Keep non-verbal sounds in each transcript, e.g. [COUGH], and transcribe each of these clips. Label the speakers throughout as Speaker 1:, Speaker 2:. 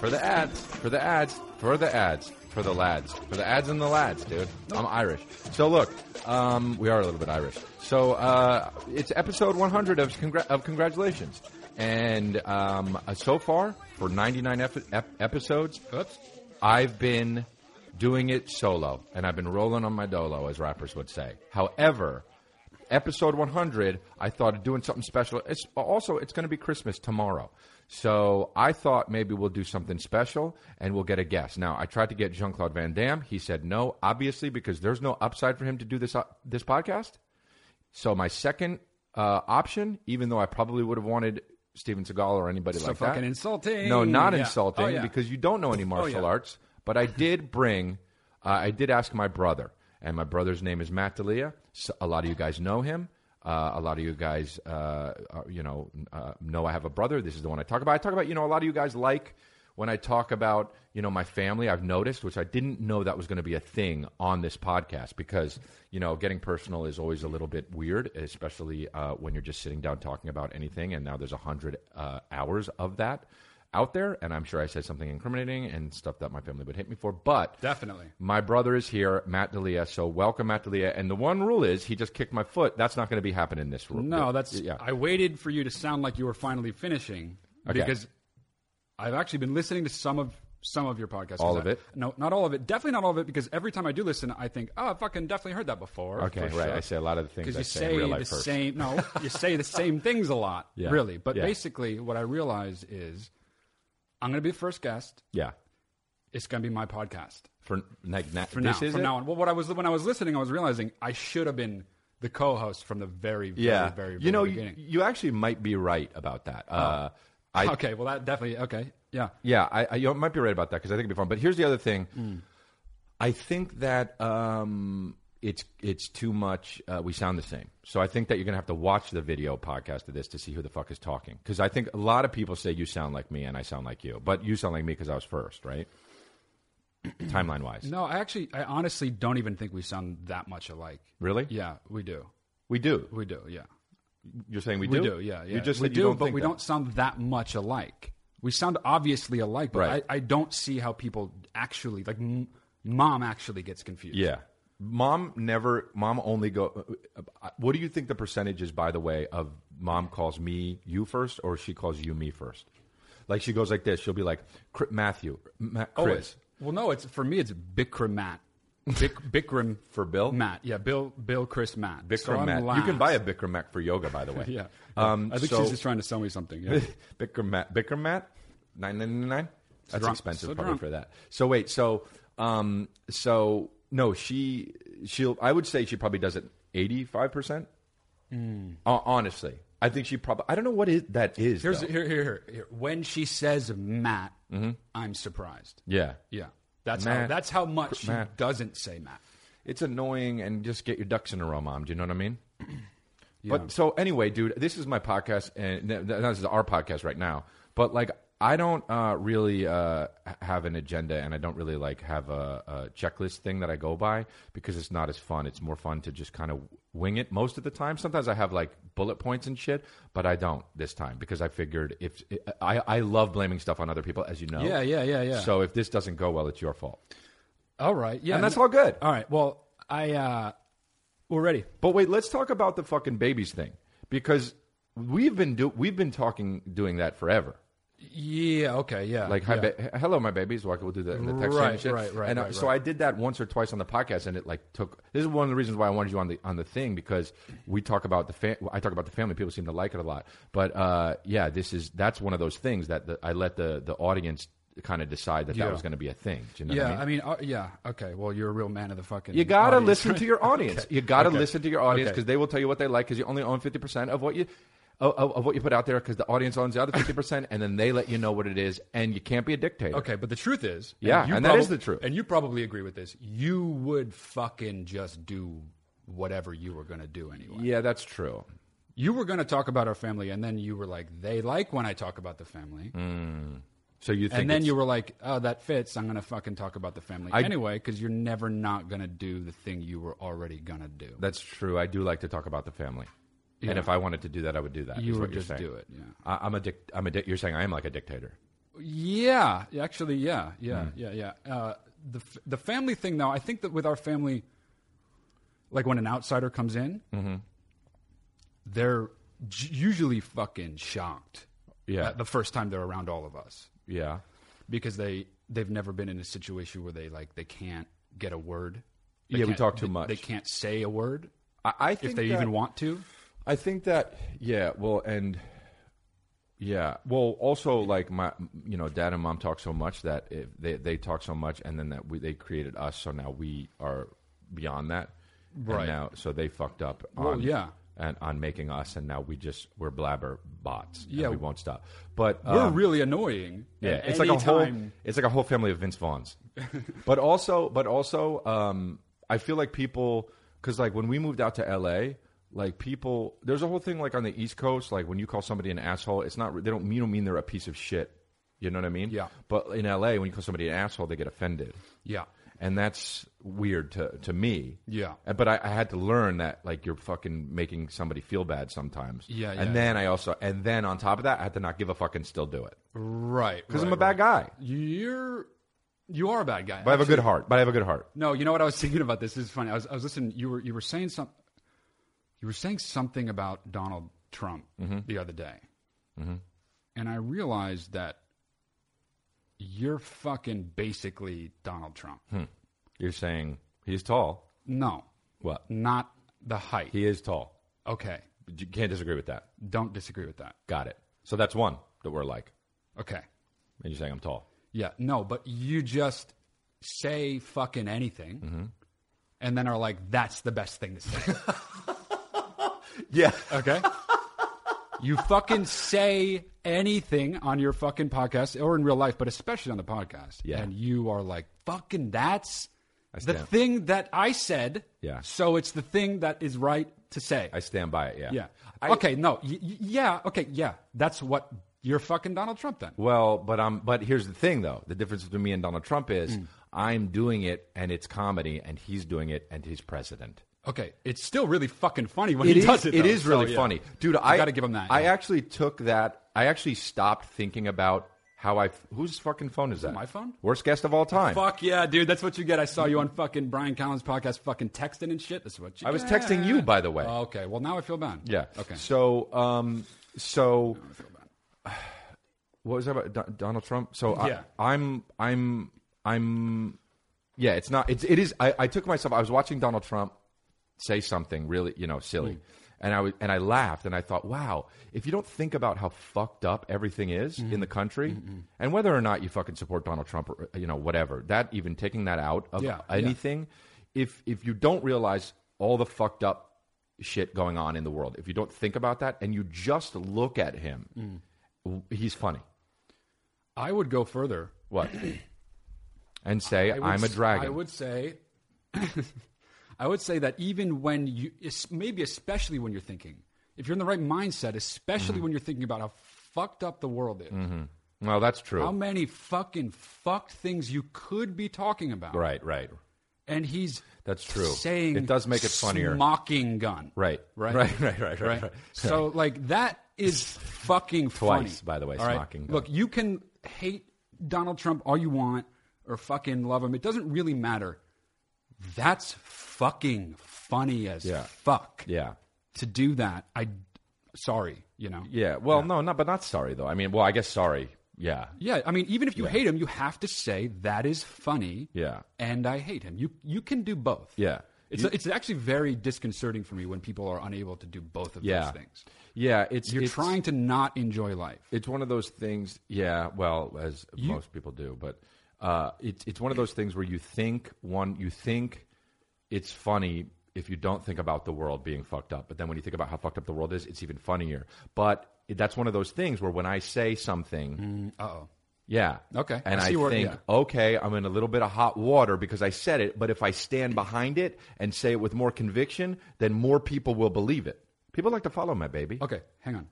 Speaker 1: For the ads, for the ads, for the ads, for the lads, for the ads and the lads, dude. I'm Irish. So look, um, we are a little bit Irish. So uh, it's episode 100 of, congra- of congratulations, and um, uh, so far for 99 epi- ep- episodes, oops, I've been doing it solo, and I've been rolling on my dolo, as rappers would say. However, episode 100, I thought of doing something special. It's, also, it's going to be Christmas tomorrow. So I thought maybe we'll do something special and we'll get a guest. Now, I tried to get Jean Claude Van Damme. He said no, obviously, because there's no upside for him to do this, uh, this podcast. So my second uh, option, even though I probably would have wanted Steven Seagal or anybody
Speaker 2: So
Speaker 1: like that.
Speaker 2: fucking insulting.
Speaker 1: No, not
Speaker 2: Yeah.
Speaker 1: insulting
Speaker 2: Oh, yeah.
Speaker 1: because you don't know any martial
Speaker 2: yeah.
Speaker 1: arts. But I did bring, uh, I did ask my brother, and my brother's name is Matt D'Elia. So a lot of you guys know him. Uh, a lot of you guys, uh, are- you know, uh, know I have a brother. This is the one I talk about. I talk about, you know, a lot of you guys like when I talk about, you know, my family. I've noticed, which I didn't know that was going to be a thing on this podcast because, you know, getting personal is always a little bit weird, especially uh, when you're just sitting down talking about anything. And now there's a hundred uh, hours of that out there, and I'm sure I said something incriminating and stuff that my family would hate me for. But
Speaker 2: Definitely.
Speaker 1: my brother is here, Matt D'Elia. So welcome, Matt D'Elia. And the one rule is he just kicked my foot. That's not going to be happening in this room.
Speaker 2: No, that's.
Speaker 1: yeah.
Speaker 2: I waited for you to sound like you were finally finishing
Speaker 1: Okay.
Speaker 2: because I've actually been listening to some of some of your podcasts. 'cause
Speaker 1: All of
Speaker 2: I-
Speaker 1: it?
Speaker 2: No, not all of it. Definitely not all of it because every time I do listen, I think, oh, I fucking definitely heard that before.
Speaker 1: Okay,
Speaker 2: for
Speaker 1: right.
Speaker 2: sure."
Speaker 1: I say a lot of the things
Speaker 2: because
Speaker 1: I
Speaker 2: you
Speaker 1: say,
Speaker 2: say
Speaker 1: in real life
Speaker 2: the
Speaker 1: first.
Speaker 2: same. No,
Speaker 1: [LAUGHS]
Speaker 2: you say the same things a lot,
Speaker 1: Yeah.
Speaker 2: really. But
Speaker 1: Yeah.
Speaker 2: basically, what I realize is, I'm going to be the first guest.
Speaker 1: Yeah.
Speaker 2: It's going to be my podcast
Speaker 1: For like na-
Speaker 2: for
Speaker 1: this
Speaker 2: now.
Speaker 1: is
Speaker 2: from
Speaker 1: it?
Speaker 2: now on. Well, what I was when I was listening, I was realizing I should have been the co-host from the very, very,
Speaker 1: yeah.
Speaker 2: very, very
Speaker 1: you know, you,
Speaker 2: beginning. Oh.
Speaker 1: you actually might be right about that. Uh, I
Speaker 2: okay, well, that definitely. Okay, yeah.
Speaker 1: Yeah, I, I you might be right about that because I think it'd be fun. But here's the other thing:
Speaker 2: Mm.
Speaker 1: I think that um, it's it's too much. Uh, we sound the same, so I think that you're gonna have to watch the video podcast of this to see who the fuck is talking. Because I think a lot of people say you sound like me and I sound like you, but you sound like me because I was first,
Speaker 2: [CLEARS THROAT]
Speaker 1: right? Timeline wise,
Speaker 2: No, I actually, I honestly don't even think we sound that much alike.
Speaker 1: really?
Speaker 2: Yeah, we do.
Speaker 1: we do.
Speaker 2: We do. Yeah,
Speaker 1: You're saying we do?
Speaker 2: we do. Yeah, yeah.
Speaker 1: You just
Speaker 2: we
Speaker 1: said
Speaker 2: do,
Speaker 1: you don't
Speaker 2: but
Speaker 1: think
Speaker 2: we
Speaker 1: that.
Speaker 2: don't sound that much alike. We sound obviously alike, but
Speaker 1: Right.
Speaker 2: I, I don't see how people actually like. M- Mom actually gets confused.
Speaker 1: Yeah. Mom never. Mom only go. What do you think the percentage is? By the way, of mom calls me you first, or she calls you me first. Like she goes like this. She'll be like "Cr- Matthew, Ma-
Speaker 2: Oh,
Speaker 1: Chris.
Speaker 2: it's- well, no, it's for me. It's Bikram Matt. Bik,
Speaker 1: [LAUGHS]
Speaker 2: Bikram
Speaker 1: For Bill?
Speaker 2: Matt. Yeah, Bill, Bill, Chris, Matt.
Speaker 1: Bikram
Speaker 2: So I'm
Speaker 1: mat. You can
Speaker 2: last.
Speaker 1: buy a Bikram mat for yoga, by the way.
Speaker 2: [LAUGHS] Yeah,
Speaker 1: Um,
Speaker 2: I think
Speaker 1: so-
Speaker 2: she's just trying to sell me something. Yeah.
Speaker 1: Bikram mat. Bikram mat. Nine ninety nine. That's
Speaker 2: drunk.
Speaker 1: expensive
Speaker 2: So
Speaker 1: probably
Speaker 2: drunk.
Speaker 1: for that. So wait. So um. So no. She she'll. I would say she probably does it eighty five percent.
Speaker 2: Hmm.
Speaker 1: Honestly, I think she probably. I don't know what is that is.
Speaker 2: Here's
Speaker 1: though.
Speaker 2: here, here, here, here. When she says Matt, I'm surprised.
Speaker 1: Mm-hmm. Yeah.
Speaker 2: Yeah, that's how
Speaker 1: Matt.
Speaker 2: that's how much she
Speaker 1: Matt.
Speaker 2: doesn't say Matt.
Speaker 1: It's annoying and just get your ducks in a row, mom. Do you know what I
Speaker 2: [CLEARS THROAT]
Speaker 1: mean? But so anyway, dude, this is my podcast and th- th- this is our podcast right now. But like I don't uh, really uh, h- have an agenda and I don't really like have a, a checklist thing that I go by because it's not as fun. It's more fun to just kind of wing it most of the time. Sometimes I have like bullet points and shit, but I don't this time because I figured if I, I love blaming stuff on other people, as you know.
Speaker 2: Yeah, yeah, yeah, yeah.
Speaker 1: Oh. So if this doesn't go well, it's your fault.
Speaker 2: All right. Yeah,
Speaker 1: And that's all good.
Speaker 2: All right. Well, I uh, we're ready.
Speaker 1: But wait, let's talk about the fucking babies thing because we've been do- we've been talking doing that forever.
Speaker 2: Yeah. Okay. Yeah.
Speaker 1: Like, hi,
Speaker 2: yeah.
Speaker 1: ba- hello, my babies. Well, we'll do that in the text
Speaker 2: Right,
Speaker 1: and shit.
Speaker 2: right, right,
Speaker 1: And uh,
Speaker 2: right,
Speaker 1: so I did that once or twice on the podcast, and it like took. This is one of the reasons why I wanted you on the on the thing because we talk about the fa- I talk about the family. People seem to like it a lot, but uh, yeah, this is that's one of those things that the, I let the the audience kind of decide that
Speaker 2: Yeah.
Speaker 1: that was going to be a thing. Do you know what I
Speaker 2: yeah.
Speaker 1: mean?
Speaker 2: I mean, uh, yeah. Okay. Well, you're a real man of the fucking.
Speaker 1: You gotta
Speaker 2: audience.
Speaker 1: listen to your audience. You gotta
Speaker 2: Okay.
Speaker 1: listen to your audience
Speaker 2: Okay.
Speaker 1: because they will tell you what they like because you only own fifty percent of what you of, of of what you put out there because the audience owns the other fifty percent, and then they let you know what it is, and you can't be a dictator.
Speaker 2: Okay, but the truth is,
Speaker 1: Yeah,
Speaker 2: you
Speaker 1: and that is
Speaker 2: probab-
Speaker 1: the truth.
Speaker 2: and you probably agree with this. You would fucking just do whatever you were going to do anyway.
Speaker 1: Yeah, that's true.
Speaker 2: You were going to talk about our family, and then you were like, they like when I talk about the family.
Speaker 1: Mm. So you think
Speaker 2: and then
Speaker 1: it's-
Speaker 2: you were like, oh, that fits. I'm going to fucking talk about the family anyway, anyway because you're never not going to do the thing you were already going to do.
Speaker 1: That's true. I do like to talk about the family, and if I wanted to do that, I would do that.
Speaker 2: you
Speaker 1: is
Speaker 2: would
Speaker 1: what you're
Speaker 2: just
Speaker 1: saying.
Speaker 2: do it. Yeah.
Speaker 1: I, I'm a dic- I'm a dic- You're saying I am like a dictator.
Speaker 2: Yeah, actually, yeah, yeah,
Speaker 1: Mm.
Speaker 2: yeah, yeah. Uh, the f- the family thing, though, I think that with our family, like when an outsider comes in,
Speaker 1: Mm-hmm.
Speaker 2: they're j- usually fucking shocked.
Speaker 1: Yeah.
Speaker 2: at [LAUGHS] the first time they're around all of us
Speaker 1: Yeah.
Speaker 2: because they they've never been in a situation where they like they can't get a word. They
Speaker 1: Yeah, we
Speaker 2: can't-
Speaker 1: talk too
Speaker 2: they-
Speaker 1: much.
Speaker 2: They can't say a word
Speaker 1: I, I think
Speaker 2: if they
Speaker 1: that-
Speaker 2: even want to.
Speaker 1: I think that yeah, well, and yeah, well, also like my you know dad and mom talk so much that if they they talk so much, and then that we they created us, so now we are beyond that, And
Speaker 2: Right.
Speaker 1: now, so they fucked up. On,
Speaker 2: Well, yeah.
Speaker 1: And on making us, and now we just we're blabber bots. Yeah,
Speaker 2: Yeah.
Speaker 1: we won't stop. But
Speaker 2: We're
Speaker 1: um,
Speaker 2: really annoying.
Speaker 1: yeah,
Speaker 2: And
Speaker 1: it's like a whole
Speaker 2: anytime-
Speaker 1: it's like a whole family of Vince
Speaker 2: [LAUGHS]
Speaker 1: Vaughns. but also, but also, um, I feel like people because like when we moved out to L.A., like people, there's a whole thing like on the East Coast, like when you call somebody an asshole, it's not they don't you don't mean they're a piece of shit. You know what I mean?
Speaker 2: Yeah.
Speaker 1: But in L.A., when you call somebody an asshole, they get offended,
Speaker 2: Yeah,
Speaker 1: and that's weird to to me.
Speaker 2: yeah.
Speaker 1: Uh, But I, I had to learn that like you're fucking making somebody feel bad sometimes.
Speaker 2: Yeah, yeah,
Speaker 1: And then I also and then on top of that, I had to not give a fuck and still do it
Speaker 2: Right.
Speaker 1: because
Speaker 2: right,
Speaker 1: I'm a bad guy.
Speaker 2: You're you are a bad guy.
Speaker 1: But I have a good heart. But I have a good heart.
Speaker 2: no, you know what I was [LAUGHS] thinking about this. This is funny. I was, I was listening. You were you were saying some, you were saying something about Donald Trump
Speaker 1: Mm-hmm.
Speaker 2: the other day, and I realized that you're fucking basically Donald Trump.
Speaker 1: Hmm. You're saying he's tall.
Speaker 2: No,
Speaker 1: What?
Speaker 2: not the height.
Speaker 1: He is tall.
Speaker 2: okay,
Speaker 1: You can't disagree with that.
Speaker 2: don't disagree with that.
Speaker 1: Got it. So that's one that we're like.
Speaker 2: Okay,
Speaker 1: And you're saying I'm tall.
Speaker 2: yeah, no, but you just say fucking anything,
Speaker 1: Mm-hmm.
Speaker 2: and then are like, that's the best thing to say.
Speaker 1: Yeah.
Speaker 2: Okay. you fucking say anything on your fucking podcast or in real life, but especially on the podcast.
Speaker 1: Yeah.
Speaker 2: And you are like, fucking, that's the
Speaker 1: stand-
Speaker 2: thing that I said.
Speaker 1: Yeah.
Speaker 2: So it's the thing that is right to say.
Speaker 1: I stand by it. Yeah.
Speaker 2: yeah.
Speaker 1: I,
Speaker 2: okay. No. Y- y- yeah. Okay. Yeah. That's what you're fucking Donald Trump then.
Speaker 1: Well, but I'm. But here's the thing, though. The difference between me and Donald Trump is
Speaker 2: Hmm.
Speaker 1: I'm doing it, and it's comedy, and he's doing it, and he's president.
Speaker 2: Okay. It's still really fucking funny when
Speaker 1: It
Speaker 2: he
Speaker 1: is.
Speaker 2: does it.
Speaker 1: it
Speaker 2: though,
Speaker 1: is
Speaker 2: so,
Speaker 1: really
Speaker 2: yeah.
Speaker 1: funny, dude. I
Speaker 2: gotta give him that,
Speaker 1: I
Speaker 2: yeah.
Speaker 1: actually took that. I actually stopped thinking about how I. Whose fucking phone is that?
Speaker 2: my phone?
Speaker 1: Worst guest of all time.
Speaker 2: Fuck yeah, dude. That's what you get. I saw you on fucking Brian Collins' podcast fucking texting and shit. That's what you
Speaker 1: I was
Speaker 2: get.
Speaker 1: texting you, by the way.
Speaker 2: Oh, okay. Well, now I feel bad.
Speaker 1: Yeah.
Speaker 2: Okay.
Speaker 1: So, um, so what was that about Don- Donald Trump? So
Speaker 2: Yeah.
Speaker 1: I, I'm, I'm, I'm, yeah, it's not, it's, it is, I, I took myself, I was watching Donald Trump say something really, you know,
Speaker 2: Hmm.
Speaker 1: silly. And I was, and I laughed and I thought, wow, if you don't think about how fucked up everything is
Speaker 2: Hmm.
Speaker 1: in the country and whether or not you fucking support Donald Trump or, you know, whatever, that even taking that out of
Speaker 2: Yeah, yeah.
Speaker 1: anything, if, if you don't realize all the fucked up shit going on in the world, if you don't think about that and you just look at him,
Speaker 2: Hmm.
Speaker 1: w- he's funny.
Speaker 2: I would go further. [COUGHS]
Speaker 1: What? and say,
Speaker 2: I would
Speaker 1: I'm a
Speaker 2: s-
Speaker 1: dragon.
Speaker 2: I would say, [LAUGHS] I would say that even when you, es- maybe especially when you're thinking, if you're in the right mindset,
Speaker 1: Mm-hmm.
Speaker 2: especially when you're thinking about how fucked up the world is,
Speaker 1: well, that's true.
Speaker 2: how many fucking fucked things you could be talking about,
Speaker 1: right, right.
Speaker 2: and he's
Speaker 1: That's true.
Speaker 2: Saying
Speaker 1: It does make it funnier.
Speaker 2: Mocking gun,
Speaker 1: Right.
Speaker 2: Right.
Speaker 1: Right, [LAUGHS] right, right, right, right.
Speaker 2: So like that is fucking
Speaker 1: Twice,
Speaker 2: funny.
Speaker 1: by the way,
Speaker 2: All right?
Speaker 1: smocking.
Speaker 2: Look, you can hate Donald Trump all you want or fucking love him. It doesn't really matter. That's fucking funny as
Speaker 1: Yeah.
Speaker 2: fuck.
Speaker 1: Yeah.
Speaker 2: To do that, I sorry, you know.
Speaker 1: Yeah. Well, no, no, but not sorry, though. I mean, well, I guess sorry. Yeah.
Speaker 2: Yeah, I mean, even if you hate him, you have to say that is funny.
Speaker 1: Yeah.
Speaker 2: and I hate him. You you can do both.
Speaker 1: Yeah.
Speaker 2: It's, it's actually very disconcerting for me when people are unable to do both of
Speaker 1: Yeah.
Speaker 2: those things.
Speaker 1: Yeah. It's,
Speaker 2: You're
Speaker 1: it's,
Speaker 2: trying to not enjoy life.
Speaker 1: It's one of those things. Yeah, well, as most people do, but uh, it's it's one of those things where you think one you think it's funny if you don't think about the world being fucked up, but then when you think about how fucked up the world is, it's even funnier. But that's one of those things where when I say something,
Speaker 2: Uh oh.
Speaker 1: Yeah.
Speaker 2: Okay.
Speaker 1: And
Speaker 2: I
Speaker 1: I,
Speaker 2: see where-
Speaker 1: think,
Speaker 2: yeah.
Speaker 1: okay, I'm in a little bit of hot water because I said it, but if I stand behind it and say it with more conviction, then more people will believe it. People like to follow my baby.
Speaker 2: Okay, hang on.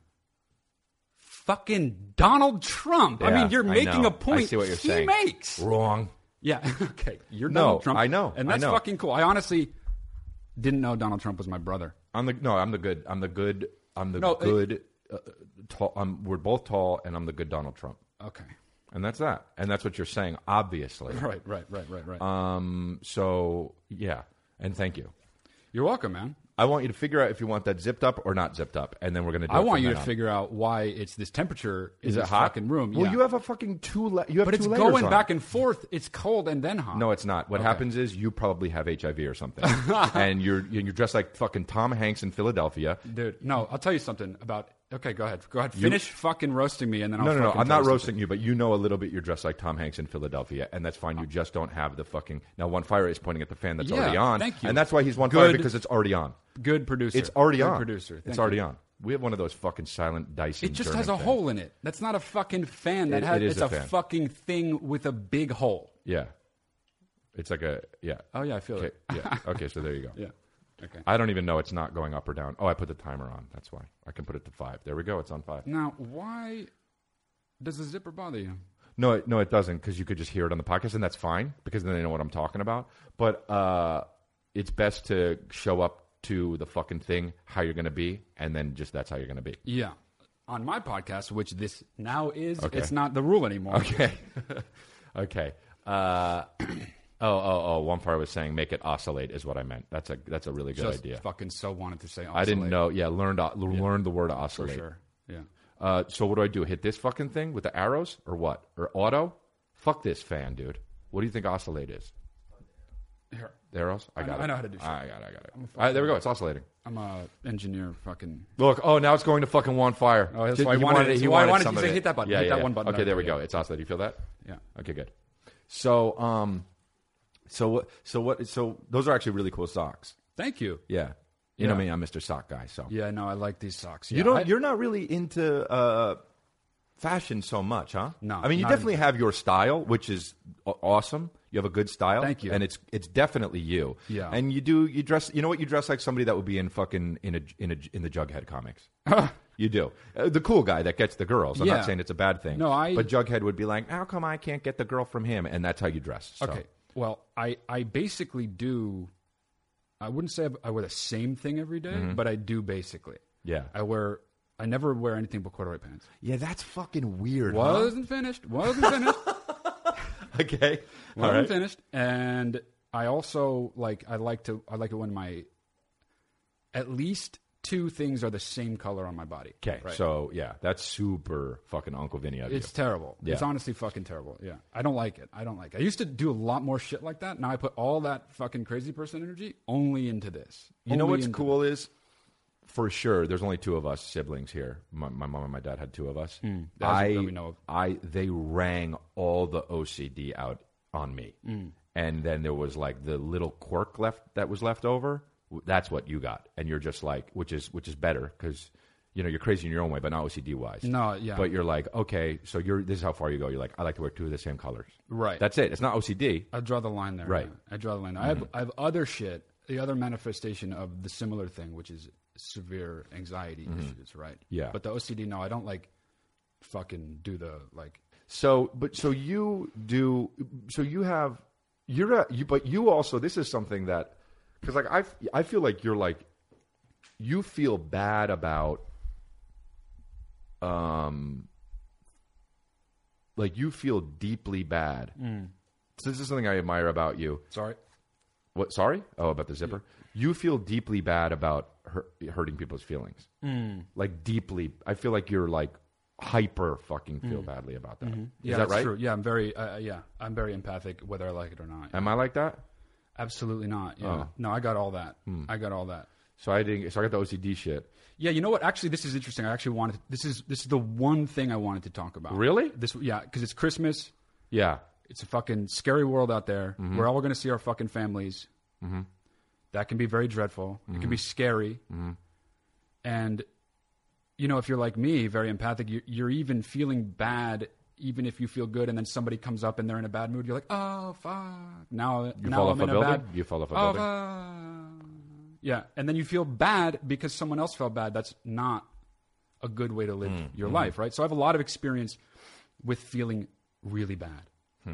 Speaker 2: Fucking Donald Trump. I
Speaker 1: Yeah,
Speaker 2: mean, you're
Speaker 1: I
Speaker 2: making
Speaker 1: know.
Speaker 2: a point.
Speaker 1: I see what you're
Speaker 2: he
Speaker 1: saying.
Speaker 2: makes.
Speaker 1: Wrong.
Speaker 2: Yeah. [LAUGHS] Okay. You're
Speaker 1: No,
Speaker 2: Donald Trump.
Speaker 1: I know,
Speaker 2: And
Speaker 1: I
Speaker 2: that's
Speaker 1: know.
Speaker 2: fucking cool. I honestly didn't know Donald Trump was my brother.
Speaker 1: I'm the no. I'm the good. I'm the good. I'm the
Speaker 2: No, it-
Speaker 1: good. uh, tall, I'm, we're both tall, and I'm the good Donald Trump.
Speaker 2: Okay. [LAUGHS]
Speaker 1: And that's that. And that's what you're saying, obviously.
Speaker 2: Right. Right. Right. Right. Right.
Speaker 1: Um. So yeah. And thank you.
Speaker 2: you're welcome, man.
Speaker 1: I want you to figure out if you want that zipped up or not zipped up, and then we're gonna. Do
Speaker 2: I
Speaker 1: it
Speaker 2: want
Speaker 1: from
Speaker 2: you
Speaker 1: then
Speaker 2: to
Speaker 1: on.
Speaker 2: figure out why it's this temperature in
Speaker 1: Is it
Speaker 2: this
Speaker 1: hot?
Speaker 2: fucking room.
Speaker 1: Well,
Speaker 2: yeah.
Speaker 1: you have a fucking two. La- you have two
Speaker 2: but it's
Speaker 1: layers
Speaker 2: going
Speaker 1: on
Speaker 2: back
Speaker 1: it.
Speaker 2: and forth. It's cold and then hot.
Speaker 1: No, it's not. What happens is you probably have HIV or
Speaker 2: [LAUGHS]
Speaker 1: something, and you're you're dressed like fucking Tom Hanks in Philadelphia.
Speaker 2: dude. No, I'll tell you something about. Okay, go ahead. Go ahead. Finish fucking roasting me, and then I'll.
Speaker 1: No, no, no.
Speaker 2: fucking
Speaker 1: I'm
Speaker 2: tell
Speaker 1: not
Speaker 2: you something.
Speaker 1: roasting you, but you know a little bit. You're dressed like Tom Hanks in Philadelphia, and that's fine. You just don't have the fucking. Now, one fire is pointing at the fan that's
Speaker 2: Yeah,
Speaker 1: already on,
Speaker 2: thank you.
Speaker 1: and that's why he's one fire
Speaker 2: Good.
Speaker 1: because it's already on.
Speaker 2: Good producer.
Speaker 1: It's already
Speaker 2: Good
Speaker 1: on.
Speaker 2: Producer. Thank
Speaker 1: it's
Speaker 2: you.
Speaker 1: already on. We have one of those fucking silent Dyson.
Speaker 2: It just
Speaker 1: German
Speaker 2: has a
Speaker 1: things.
Speaker 2: hole in it. That's not a fucking fan. That
Speaker 1: It-
Speaker 2: has
Speaker 1: it is
Speaker 2: it's
Speaker 1: a
Speaker 2: a,
Speaker 1: fan.
Speaker 2: fucking thing with a big hole.
Speaker 1: Yeah, it's like a yeah.
Speaker 2: Oh yeah, I feel
Speaker 1: Okay,
Speaker 2: it.
Speaker 1: yeah. Okay, so there you go.
Speaker 2: Yeah. Okay.
Speaker 1: I don't even know it's not going up or down. Oh, I put the timer on. That's why I can put it to five. There we go. It's on five.
Speaker 2: Now, why does the zipper bother you?
Speaker 1: No, it, no, it doesn't because you could just hear it on the podcast, and that's fine because then they know what I'm talking about. But uh, it's best to show up to the fucking thing how you're going to be, and then just that's how you're going to be. [LAUGHS]
Speaker 2: Yeah. On my podcast, which this now is,
Speaker 1: Okay.
Speaker 2: it's not the rule anymore.
Speaker 1: Okay, [LAUGHS] okay. Uh, [CLEARS THROAT] oh, oh, oh. One fire was saying make it oscillate is what I meant. That's a that's a really good
Speaker 2: Just
Speaker 1: idea.
Speaker 2: fucking so wanted to say.
Speaker 1: I didn't
Speaker 2: oscillate.
Speaker 1: know. Yeah, learned o- learned the word oscillate.
Speaker 2: Sure. Yeah.
Speaker 1: Uh, so what do I do? Hit this fucking thing with the arrows or what? Or auto? Fuck this fan, dude. What do you think oscillate is?
Speaker 2: Here,
Speaker 1: The arrows? I got
Speaker 2: know-
Speaker 1: it. Ah,
Speaker 2: I know how to do shit.
Speaker 1: I got it. I got it. All right, there we go. It's oscillating.
Speaker 2: I'm a engineer. Fucking.
Speaker 1: Look. Oh, now it's going to fucking one fire.
Speaker 2: Oh, that's
Speaker 1: Did-
Speaker 2: why I
Speaker 1: he
Speaker 2: wanted it.
Speaker 1: He
Speaker 2: That's why I
Speaker 1: wanted
Speaker 2: wanted
Speaker 1: some
Speaker 2: you to
Speaker 1: of
Speaker 2: say
Speaker 1: it.
Speaker 2: hit that button.
Speaker 1: Yeah,
Speaker 2: Hit
Speaker 1: yeah,
Speaker 2: that
Speaker 1: yeah.
Speaker 2: one button.
Speaker 1: Okay, there we
Speaker 2: Yeah.
Speaker 1: go. It's oscillating. You feel that?
Speaker 2: Yeah.
Speaker 1: Okay, good. So, um, so what? So what? So those are actually really cool socks.
Speaker 2: Thank you.
Speaker 1: Yeah. You know
Speaker 2: Yeah.
Speaker 1: me. I'm Mr. Sock guy. So
Speaker 2: Yeah. No, I like these socks.
Speaker 1: You
Speaker 2: Yeah,
Speaker 1: don't.
Speaker 2: I-
Speaker 1: you're not really into uh, fashion so much, huh?
Speaker 2: No,
Speaker 1: I mean, you
Speaker 2: not
Speaker 1: definitely have your style, which is aw- awesome. You have a good style.
Speaker 2: Thank you.
Speaker 1: And it's it's definitely you.
Speaker 2: Yeah.
Speaker 1: And you do you dress. You know what? You dress like somebody that would be in fucking in a in a in the Jughead
Speaker 2: [LAUGHS]
Speaker 1: comics. you do. Uh, the cool guy that gets the girls. I'm
Speaker 2: Yeah.
Speaker 1: not saying it's a bad thing.
Speaker 2: No, I-
Speaker 1: But Jughead would be like, how come I can't get the girl from him? And that's how you dress. So.
Speaker 2: Okay. Well, I, I basically do. I wouldn't say I wear the same thing every day,
Speaker 1: Mm-hmm.
Speaker 2: but I do basically.
Speaker 1: Yeah.
Speaker 2: I wear. I never wear anything but corduroy pants.
Speaker 1: Yeah, that's fucking weird. huh?
Speaker 2: Wasn't finished. Wasn't
Speaker 1: [LAUGHS]
Speaker 2: finished.
Speaker 1: Okay. All
Speaker 2: wasn't
Speaker 1: right.
Speaker 2: finished. And I also like. I like to. I like it when my. At least two things are the same color on my body.
Speaker 1: Okay.
Speaker 2: Right.
Speaker 1: So yeah, that's super fucking Uncle Vinny of you.
Speaker 2: It's terrible.
Speaker 1: Yeah.
Speaker 2: It's honestly fucking terrible. Yeah. I don't like it. I don't like it. I used to do a lot more shit like that. Now I put all that fucking crazy person energy only into this.
Speaker 1: You know
Speaker 2: Only
Speaker 1: what's
Speaker 2: into
Speaker 1: cool is, for sure, there's only two of us siblings here. My, my mom and my dad had two of us.
Speaker 2: Hmm, that was- that we know of.
Speaker 1: I, they rang all the OCD out on me,
Speaker 2: Hmm.
Speaker 1: and then there was like the little quirk left that was left over. w- That's what you got, and you're just like, which is which is better because. You know, you're crazy in your own way, but not OCD wise.
Speaker 2: No, yeah.
Speaker 1: But you're like, okay, so you're this is how far you go. You're like, I like to wear two of the same colors.
Speaker 2: Right.
Speaker 1: That's it. It's not OCD.
Speaker 2: I draw the line there.
Speaker 1: Right. Mm-hmm.
Speaker 2: yeah. I draw the line. I have I have other shit, the other manifestation of the similar thing, which is severe anxiety issues, right?
Speaker 1: Mm-hmm. Yeah.
Speaker 2: But the OCD, no, I don't like fucking do the like.
Speaker 1: So, but so you do. So you have you're a you, but you also this is something that because like I I feel like you're like you feel bad about um like you feel deeply bad.
Speaker 2: Mm.
Speaker 1: So this is something I admire about you.
Speaker 2: Sorry.
Speaker 1: What? Sorry? Oh, about the zipper. You feel deeply bad about hur- hurting people's feelings. Mm. Like deeply. I feel like you're like hyper fucking feel badly about that.
Speaker 2: Mm. Mm-hmm. Yeah,
Speaker 1: Is that
Speaker 2: that's
Speaker 1: right?
Speaker 2: true. Yeah, I'm very uh, yeah, I'm very empathic whether I like it or not.
Speaker 1: Am I like that?
Speaker 2: Absolutely not. Yeah.
Speaker 1: Oh.
Speaker 2: No, I got all that.
Speaker 1: Hmm.
Speaker 2: I got all that.
Speaker 1: So I didn't. So I got the OCD shit.
Speaker 2: Yeah, you know what? Actually, this is interesting. I actually wanted this is this is the one thing I wanted to talk about.
Speaker 1: Really?
Speaker 2: This yeah, because it's Christmas.
Speaker 1: Yeah.
Speaker 2: It's a fucking scary world out there.
Speaker 1: Mm-hmm.
Speaker 2: We're all going to see our fucking families. That can be very dreadful. It
Speaker 1: Mm-hmm.
Speaker 2: can be scary. And you know, if you're like me, very empathic, you- you're even feeling bad even if you feel good and then somebody comes up and they're in a bad mood, you're like, oh fuck. Now,
Speaker 1: You
Speaker 2: now
Speaker 1: fall
Speaker 2: I'm
Speaker 1: off a
Speaker 2: in a,
Speaker 1: building.
Speaker 2: bad.
Speaker 1: You fall off a
Speaker 2: Oh,
Speaker 1: building.
Speaker 2: fuck. uh, Yeah, and then you feel bad because someone else felt bad. That's not a good way to live your life, right? So I have a lot of experience with feeling really bad,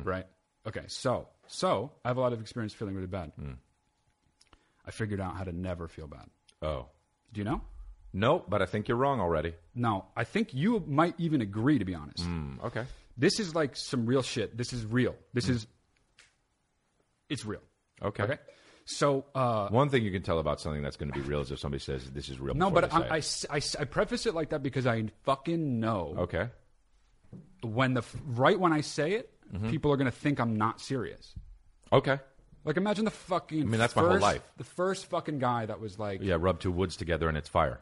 Speaker 2: right? Okay, so so I have a lot of experience feeling really bad. I figured out how to never feel bad.
Speaker 1: Oh.
Speaker 2: Do you know?
Speaker 1: No, but I think you're wrong already.
Speaker 2: No, I think you might even agree. To be honest,
Speaker 1: Mm, okay.
Speaker 2: this is like some real shit. This is real. This is it's real.
Speaker 1: Okay.
Speaker 2: Okay. So uh,
Speaker 1: One thing you can tell about something that's going to be real is if somebody says this is real.
Speaker 2: no,
Speaker 1: before
Speaker 2: but
Speaker 1: they say
Speaker 2: I, I,
Speaker 1: it.
Speaker 2: s- I s- I preface it like that because I fucking know
Speaker 1: okay.
Speaker 2: when the f- right when I say it,
Speaker 1: Mm-hmm.
Speaker 2: people are gonna think I'm not serious.
Speaker 1: Okay.
Speaker 2: Like imagine the fucking. I
Speaker 1: mean, that's my whole life.
Speaker 2: The first fucking guy that was like,
Speaker 1: Yeah, rub two woods together and it's fire.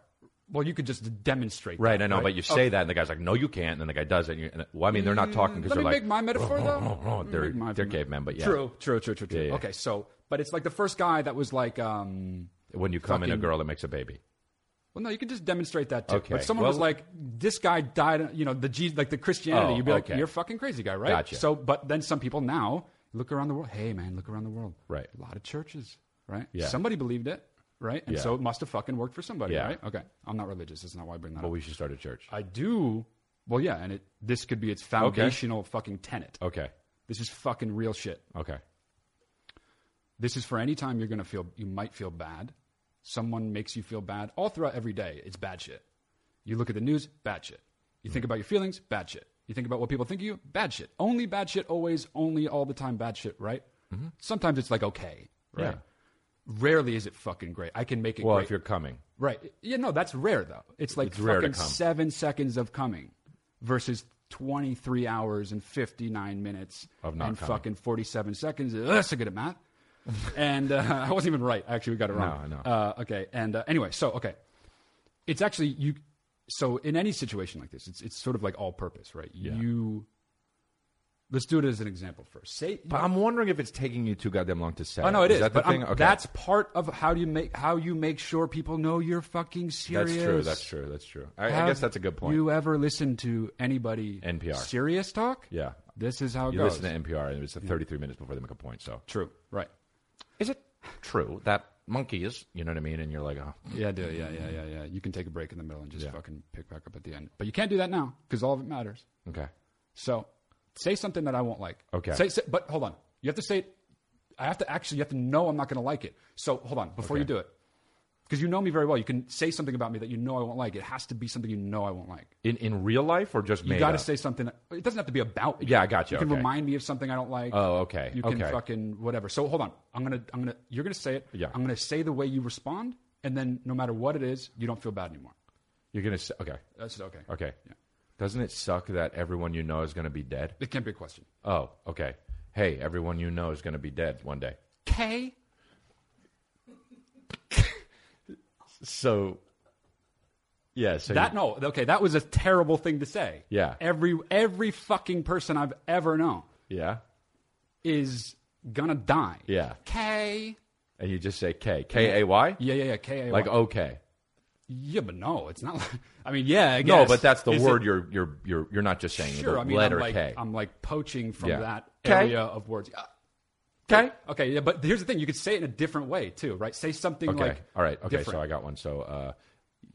Speaker 2: well, you could just demonstrate.
Speaker 1: Right,
Speaker 2: that,
Speaker 1: I know, but you
Speaker 2: Oh.
Speaker 1: say that, and the guy's like, "No, you can't." And then the guy does it. And you, and, well, I mean, they're not talking because
Speaker 2: Let
Speaker 1: they're
Speaker 2: me
Speaker 1: like, "Oh,
Speaker 2: make
Speaker 1: [LAUGHS]
Speaker 2: my metaphor though. Let me
Speaker 1: they're
Speaker 2: make my-
Speaker 1: they're cavemen, but yeah.
Speaker 2: True, true, true, true, true.
Speaker 1: yeah.
Speaker 2: Okay, so but it's like the first guy that was like, um,
Speaker 1: When you come in a
Speaker 2: Fucking-
Speaker 1: girl that makes a baby,
Speaker 2: well, no, you could just demonstrate that too.
Speaker 1: Okay,
Speaker 2: But someone
Speaker 1: well-
Speaker 2: was like, this guy died, you know, the G, like the Christianity.
Speaker 1: Oh,
Speaker 2: You'd be like,
Speaker 1: okay.
Speaker 2: you're a fucking crazy guy, right?
Speaker 1: Gotcha.
Speaker 2: So, but then some people now look around the world. Hey, man, look around the world.
Speaker 1: Right.
Speaker 2: A lot of churches, right?
Speaker 1: Yeah.
Speaker 2: Somebody believed it, right? And
Speaker 1: Yeah.
Speaker 2: so it must have fucking worked for somebody,
Speaker 1: Yeah.
Speaker 2: right? Okay. I'm not religious. That's not why I bring that
Speaker 1: but
Speaker 2: up.
Speaker 1: we should start a church.
Speaker 2: I do. Well, yeah, and it this could be its foundational fucking tenet.
Speaker 1: Okay,
Speaker 2: This is fucking real shit.
Speaker 1: okay,
Speaker 2: This is for any time you're going to feel, you might feel bad. Someone makes you feel bad. All throughout every day, it's bad shit. You look at the news, bad shit. You think about your feelings, bad shit. You think about what people think of you, bad shit. Only bad shit, always, only, all the time, bad shit, right? Sometimes it's like okay, right?
Speaker 1: Mm-hmm. Yeah.
Speaker 2: Rarely is it fucking great. I can make it
Speaker 1: Well,
Speaker 2: great.
Speaker 1: if you're coming,
Speaker 2: Right. Yeah, no, that's rare though. It's like
Speaker 1: It's
Speaker 2: fucking
Speaker 1: rare to come.
Speaker 2: seven seconds of coming versus twenty three hours and fifty nine minutes
Speaker 1: Of not
Speaker 2: and
Speaker 1: coming.
Speaker 2: fucking forty seven seconds. Ugh, that's so good at math. and uh, [LAUGHS] I wasn't even right. Actually, we got it wrong.
Speaker 1: No, I know.
Speaker 2: Uh, okay. And uh, anyway, so okay, it's actually you. So in any situation like this, it's it's sort of like all purpose, right? You. Let's do it as an example first. Say
Speaker 1: but I'm wondering if it's taking you too goddamn long to say.
Speaker 2: Oh no, it is.
Speaker 1: That the
Speaker 2: but I'm-
Speaker 1: thing? Okay.
Speaker 2: That's part of how do you make how you make sure people know you're fucking serious.
Speaker 1: That's true. That's true. That's true. I, I
Speaker 2: Have
Speaker 1: guess that's a good point.
Speaker 2: You ever listen to anybody
Speaker 1: NPR.
Speaker 2: serious talk?
Speaker 1: yeah,
Speaker 2: This is how it
Speaker 1: you
Speaker 2: goes.
Speaker 1: listen to NPR, and it's the 33 minutes before they make a point. So,
Speaker 2: True. Right.
Speaker 1: is it true that monkeys? You know what I mean? And you're like, oh,
Speaker 2: Yeah, do it. yeah, yeah, yeah, yeah. You can take a break in the middle and just fucking pick back up at the end. But you can't do that now because all of it matters.
Speaker 1: okay,
Speaker 2: So say something that I won't like.
Speaker 1: Okay.
Speaker 2: Say, say, but hold on. You have to say it. I have to actually. You have to know I'm not going to like it. So hold on before you
Speaker 1: Okay.
Speaker 2: do it, because you know me very well. You can say something about me that you know I won't like. It has to be something you know I won't like.
Speaker 1: in in real life or just
Speaker 2: You
Speaker 1: made
Speaker 2: got to
Speaker 1: up?
Speaker 2: say something. It doesn't have to be about. It.
Speaker 1: Yeah, I got you.
Speaker 2: You can
Speaker 1: Okay.
Speaker 2: remind me of something I don't like.
Speaker 1: Oh, okay.
Speaker 2: You can
Speaker 1: okay.
Speaker 2: fucking whatever. So hold on. I'm gonna. I'm gonna. You're gonna say it.
Speaker 1: Yeah.
Speaker 2: I'm gonna say the way you respond, and then no matter what it is, you don't feel bad anymore.
Speaker 1: You're gonna say, okay,
Speaker 2: That's okay.
Speaker 1: okay. Doesn't it suck that everyone you know is gonna be dead?
Speaker 2: It can't be a question.
Speaker 1: Oh, okay. Hey, everyone you know is gonna be dead one day.
Speaker 2: K.
Speaker 1: So, yeah. So
Speaker 2: That no. Okay. That was a terrible thing to say.
Speaker 1: Yeah.
Speaker 2: Every every fucking person I've ever known
Speaker 1: you- yeah,
Speaker 2: is gonna die.
Speaker 1: yeah.
Speaker 2: K.
Speaker 1: And you just say K K A Y
Speaker 2: Yeah, yeah, yeah. K. A.
Speaker 1: like uh,
Speaker 2: Y.
Speaker 1: okay.
Speaker 2: yeah, but no, it's not. like [LAUGHS] I mean, yeah. I
Speaker 1: No,
Speaker 2: guess.
Speaker 1: but that's the
Speaker 2: Is it-
Speaker 1: word you're you're you're you're not just saying
Speaker 2: Sure,
Speaker 1: the
Speaker 2: I mean,
Speaker 1: letter
Speaker 2: I'm like,
Speaker 1: K.
Speaker 2: I'm like poaching from
Speaker 1: Yeah.
Speaker 2: that
Speaker 1: K.
Speaker 2: area of words. Uh,
Speaker 1: K.
Speaker 2: Okay, yeah, but here's the thing: you could say it in a different way too, right? Say something
Speaker 1: Okay.
Speaker 2: like,
Speaker 1: All right. Okay.
Speaker 2: different.
Speaker 1: So I got one. So, uh,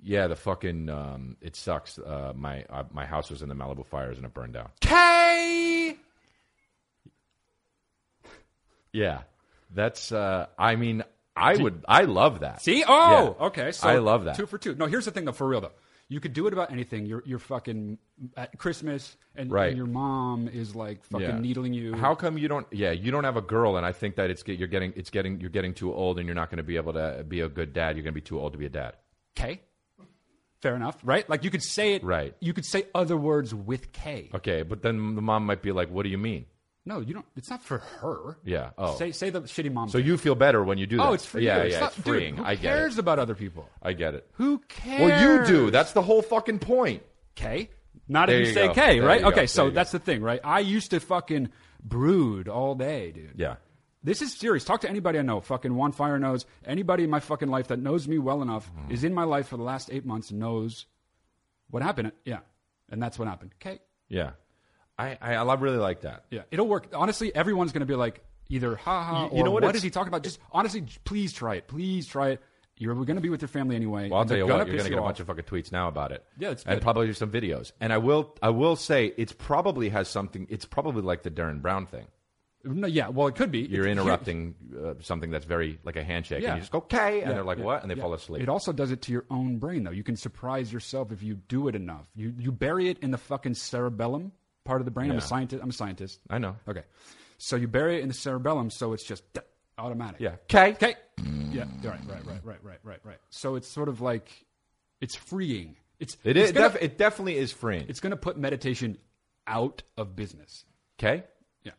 Speaker 1: yeah, the fucking um, it sucks. Uh, my uh, my house was in the Malibu fires and it burned down.
Speaker 2: K.
Speaker 1: Yeah, that's. Uh, I mean, I would. I love that.
Speaker 2: See, oh,
Speaker 1: Yeah.
Speaker 2: okay. So
Speaker 1: I love that.
Speaker 2: Two for two. No, here's the thing though, for real though, you could do it about anything. You're you're fucking at Christmas, and,
Speaker 1: Right.
Speaker 2: and your mom is like fucking
Speaker 1: Yeah.
Speaker 2: needling you.
Speaker 1: How come you don't? Yeah, you don't have a girl, and I think that it's get- you're getting it's getting you're getting too old, and you're not going to be able to be a good dad. You're going to be too old to be a dad.
Speaker 2: K? Fair enough, right? Like you could say it.
Speaker 1: Right.
Speaker 2: You could say other words with K.
Speaker 1: Okay, but then the mom might be like, "What do you mean?"
Speaker 2: No, you don't. It's not for her.
Speaker 1: Yeah. Oh,
Speaker 2: Say say the shitty mom.
Speaker 1: so you feel better when you do that?
Speaker 2: oh, it's for
Speaker 1: yeah,
Speaker 2: you.
Speaker 1: yeah,
Speaker 2: not,
Speaker 1: it's freeing.
Speaker 2: Dude, who
Speaker 1: I get
Speaker 2: cares
Speaker 1: it.
Speaker 2: about other people?
Speaker 1: I get it.
Speaker 2: Who cares?
Speaker 1: Well, you do. That's the whole fucking point.
Speaker 2: K. Not
Speaker 1: There
Speaker 2: if you,
Speaker 1: you
Speaker 2: say
Speaker 1: go.
Speaker 2: K,
Speaker 1: There
Speaker 2: right?
Speaker 1: you go.
Speaker 2: Okay,
Speaker 1: There
Speaker 2: so
Speaker 1: you go.
Speaker 2: that's the thing, right? I used to fucking brood all day, dude.
Speaker 1: Yeah.
Speaker 2: This is serious. Talk to anybody I know. Fucking Juan Fire knows. Anybody in my fucking life that knows me well enough
Speaker 1: Mm.
Speaker 2: is in my life for the last eight months knows what happened. Yeah. And that's what happened. Okay.
Speaker 1: Yeah. I, I, I love- really like that.
Speaker 2: Yeah, it'll work. Honestly, everyone's going to be like either ha ha
Speaker 1: You- you
Speaker 2: or
Speaker 1: know what
Speaker 2: what,
Speaker 1: it's-
Speaker 2: is he talking about? Just honestly, j- please try it. Please try it. You're going to be with your family anyway.
Speaker 1: Well, I'll
Speaker 2: and
Speaker 1: tell
Speaker 2: they're
Speaker 1: you
Speaker 2: gonna
Speaker 1: what, you're
Speaker 2: piss
Speaker 1: going to
Speaker 2: you
Speaker 1: get a
Speaker 2: off.
Speaker 1: bunch of fucking tweets now about it.
Speaker 2: Yeah, it's
Speaker 1: and
Speaker 2: good.
Speaker 1: probably some videos. And I will, I will say, it's probably has something. It's probably like the Darren Brown thing.
Speaker 2: No, yeah, well, it could be.
Speaker 1: You're
Speaker 2: It-
Speaker 1: interrupting uh, something that's very like a handshake,
Speaker 2: Yeah.
Speaker 1: and you just go okay, and
Speaker 2: Yeah,
Speaker 1: they're like
Speaker 2: yeah,
Speaker 1: what, and they
Speaker 2: yeah.
Speaker 1: fall asleep.
Speaker 2: It also does it to your own brain, though. You can surprise yourself if you do it enough. You you bury it in the fucking cerebellum part of the brain. I'm a
Speaker 1: Yeah.
Speaker 2: scientist. I'm a scientist.
Speaker 1: I know.
Speaker 2: Okay, so you bury it in the cerebellum, so it's just duh, automatic.
Speaker 1: Yeah. Okay.
Speaker 2: Okay. Yeah. Right. Right. Right. Right. Right. Right. Right. So it's sort of like it's freeing. It's
Speaker 1: It is.
Speaker 2: it's Gonna,
Speaker 1: def- it definitely is freeing.
Speaker 2: it's gonna put meditation out of business.
Speaker 1: Okay.
Speaker 2: Yeah.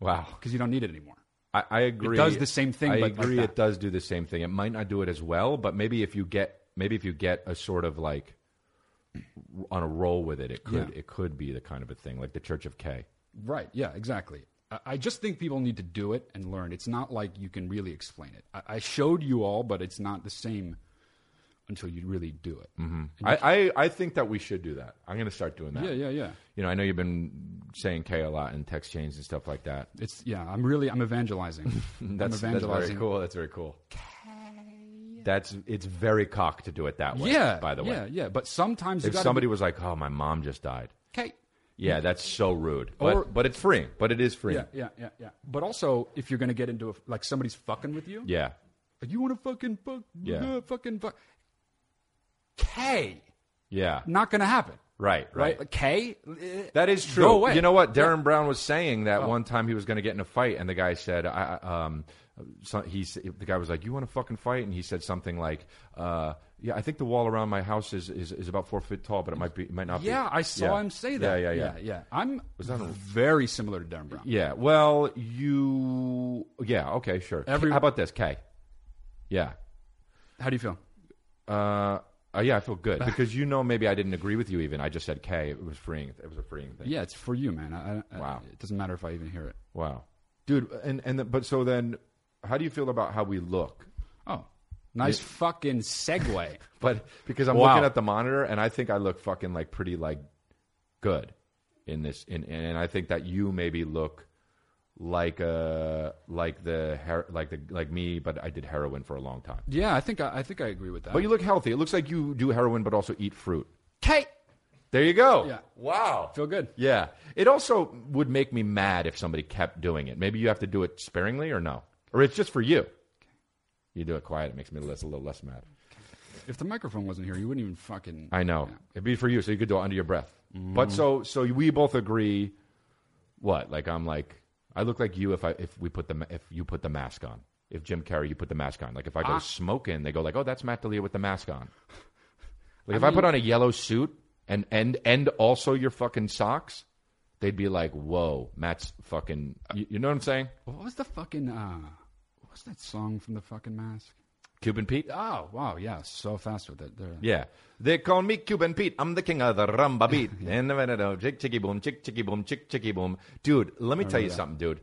Speaker 1: Wow.
Speaker 2: Because you don't need it anymore.
Speaker 1: I, I agree.
Speaker 2: does the same thing,
Speaker 1: I
Speaker 2: but like
Speaker 1: agree.
Speaker 2: that.
Speaker 1: it does do the same thing. It might not do it as well, but maybe if you get maybe if you get a sort of like on a roll with it, it could
Speaker 2: Yeah.
Speaker 1: it could be the kind of a thing like the Church of K.
Speaker 2: Right. Yeah. Exactly. I- I just think people need to do it and learn. It's not like you can really explain it. I, I showed you all, but it's not the same until you really do it. Mm-hmm.
Speaker 1: I, I I think that we should do that. I'm going to start doing that.
Speaker 2: Yeah. Yeah. Yeah.
Speaker 1: You know, I know you've been saying K a lot in text chains and stuff like that.
Speaker 2: It's yeah. I'm really I'm
Speaker 1: [LAUGHS]
Speaker 2: evangelizing.
Speaker 1: That's,
Speaker 2: I'm
Speaker 1: that's
Speaker 2: evangelizing.
Speaker 1: very cool. That's very cool. That's it's very cock to do it that way.
Speaker 2: Yeah.
Speaker 1: By the way,
Speaker 2: Yeah. Yeah. But sometimes you
Speaker 1: if
Speaker 2: got
Speaker 1: somebody was like, "Oh, my mom just died,"
Speaker 2: okay.
Speaker 1: yeah, that's so rude. But
Speaker 2: Or-
Speaker 1: but it's freeing. But it is freeing.
Speaker 2: Yeah, yeah, yeah, yeah. But also, if you're gonna get into a, like somebody's fucking with you,
Speaker 1: Yeah.
Speaker 2: like, you want to fucking fuck,
Speaker 1: Yeah.
Speaker 2: uh, fucking fuck. K,
Speaker 1: Yeah.
Speaker 2: not gonna happen,
Speaker 1: Right, right.
Speaker 2: right? Like, K, eh,
Speaker 1: that is true.
Speaker 2: Go away. Oh.
Speaker 1: You know what? Darren Brown was saying that one time he was going to get in a fight, and the guy said, I, I- um, so he, s- the guy was like, "You want to fucking fight?" And he said something like, uh, "Yeah, I think the wall around my house is, is, is about four feet tall, but it might be, it might not be."
Speaker 2: yeah, I saw
Speaker 1: Yeah.
Speaker 2: him say that.
Speaker 1: Yeah, yeah, yeah.
Speaker 2: yeah. I'm
Speaker 1: that a-
Speaker 2: very similar to Darren Brown.
Speaker 1: Yeah. Well, you. Yeah. Okay. Sure.
Speaker 2: Every-
Speaker 1: How about this, Kay? Yeah.
Speaker 2: How do you feel?
Speaker 1: Uh, uh, yeah, I feel good [LAUGHS] because you know maybe I didn't agree with you even. I just said Kay. It was freeing. It was a freeing thing.
Speaker 2: Yeah, it's for you, man. I, I,
Speaker 1: Wow.
Speaker 2: It doesn't matter if I even hear it.
Speaker 1: Wow, dude. And and the, but so then, how do you feel about how we look? [LAUGHS]
Speaker 2: Oh, nice fucking segue.
Speaker 1: But because I'm
Speaker 2: Wow.
Speaker 1: looking at the monitor and I think I look fucking like pretty like good in this. In, in and I think that you maybe look like uh like the her- like the like me, but I did heroin for a long time.
Speaker 2: yeah, I think I, I think I agree with that.
Speaker 1: But you look healthy. It looks like you do heroin, but also eat fruit.
Speaker 2: K,
Speaker 1: There you go.
Speaker 2: Yeah.
Speaker 1: Wow.
Speaker 2: feel good.
Speaker 1: Yeah. It also would make me mad if somebody kept doing it. Maybe you have to do it sparingly or no? Or it's just for you. You do it quiet, it makes me less, a little less mad.
Speaker 2: If the microphone wasn't here, you wouldn't even fucking.
Speaker 1: I know. It'd be for you, so you could do it under your breath. But so so we both agree what? Like I'm like I look like you if I if we put the ma- if you put the mask on. If Jim Carrey you put the mask on. Like if I go smoking, they go like, "Oh, that's Matt Delia with the mask on." Like if I put on a yellow suit and and and also your fucking socks, they'd be like, "Whoa, Matt's fucking." You, you know what I'm saying?
Speaker 2: What was the fucking uh what was that song from the fucking mask?
Speaker 1: Cuban Pete.
Speaker 2: Oh wow, yeah, so fast with it. There.
Speaker 1: Yeah, they call me Cuban Pete. I'm the king of the rumba beat. And I know, chick chicky boom, chick chicky boom, chick chicky boom. Dude, let me tell you something, dude.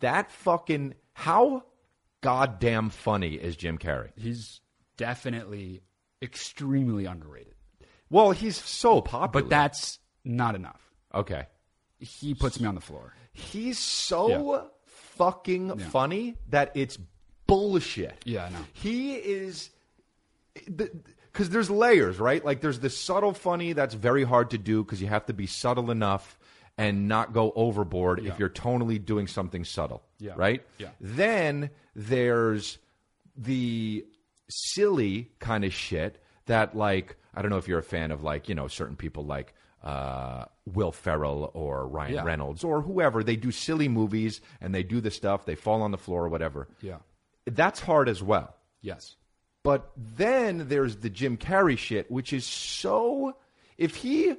Speaker 1: That fucking how goddamn funny is Jim Carrey?
Speaker 2: He's definitely extremely underrated.
Speaker 1: Well, he's so popular.
Speaker 2: But that's not enough.
Speaker 1: okay,
Speaker 2: He puts me on the floor.
Speaker 1: he's so fucking funny that it's bullshit.
Speaker 2: Yeah, I know.
Speaker 1: He is because there's layers, right? Like there's the subtle funny that's very hard to do because you have to be subtle enough and not go overboard if you're tonally doing something subtle,
Speaker 2: Yeah.
Speaker 1: right?
Speaker 2: Yeah.
Speaker 1: Then there's the silly kind of shit that, like, I don't know if you're a fan of, like, you know, certain people like uh, Will Ferrell or Ryan
Speaker 2: Yeah.
Speaker 1: Reynolds or whoever. They do silly movies and they do the stuff. They fall on the floor or whatever.
Speaker 2: Yeah.
Speaker 1: That's hard as well.
Speaker 2: Yes.
Speaker 1: But then there's the Jim Carrey shit, which is so. If he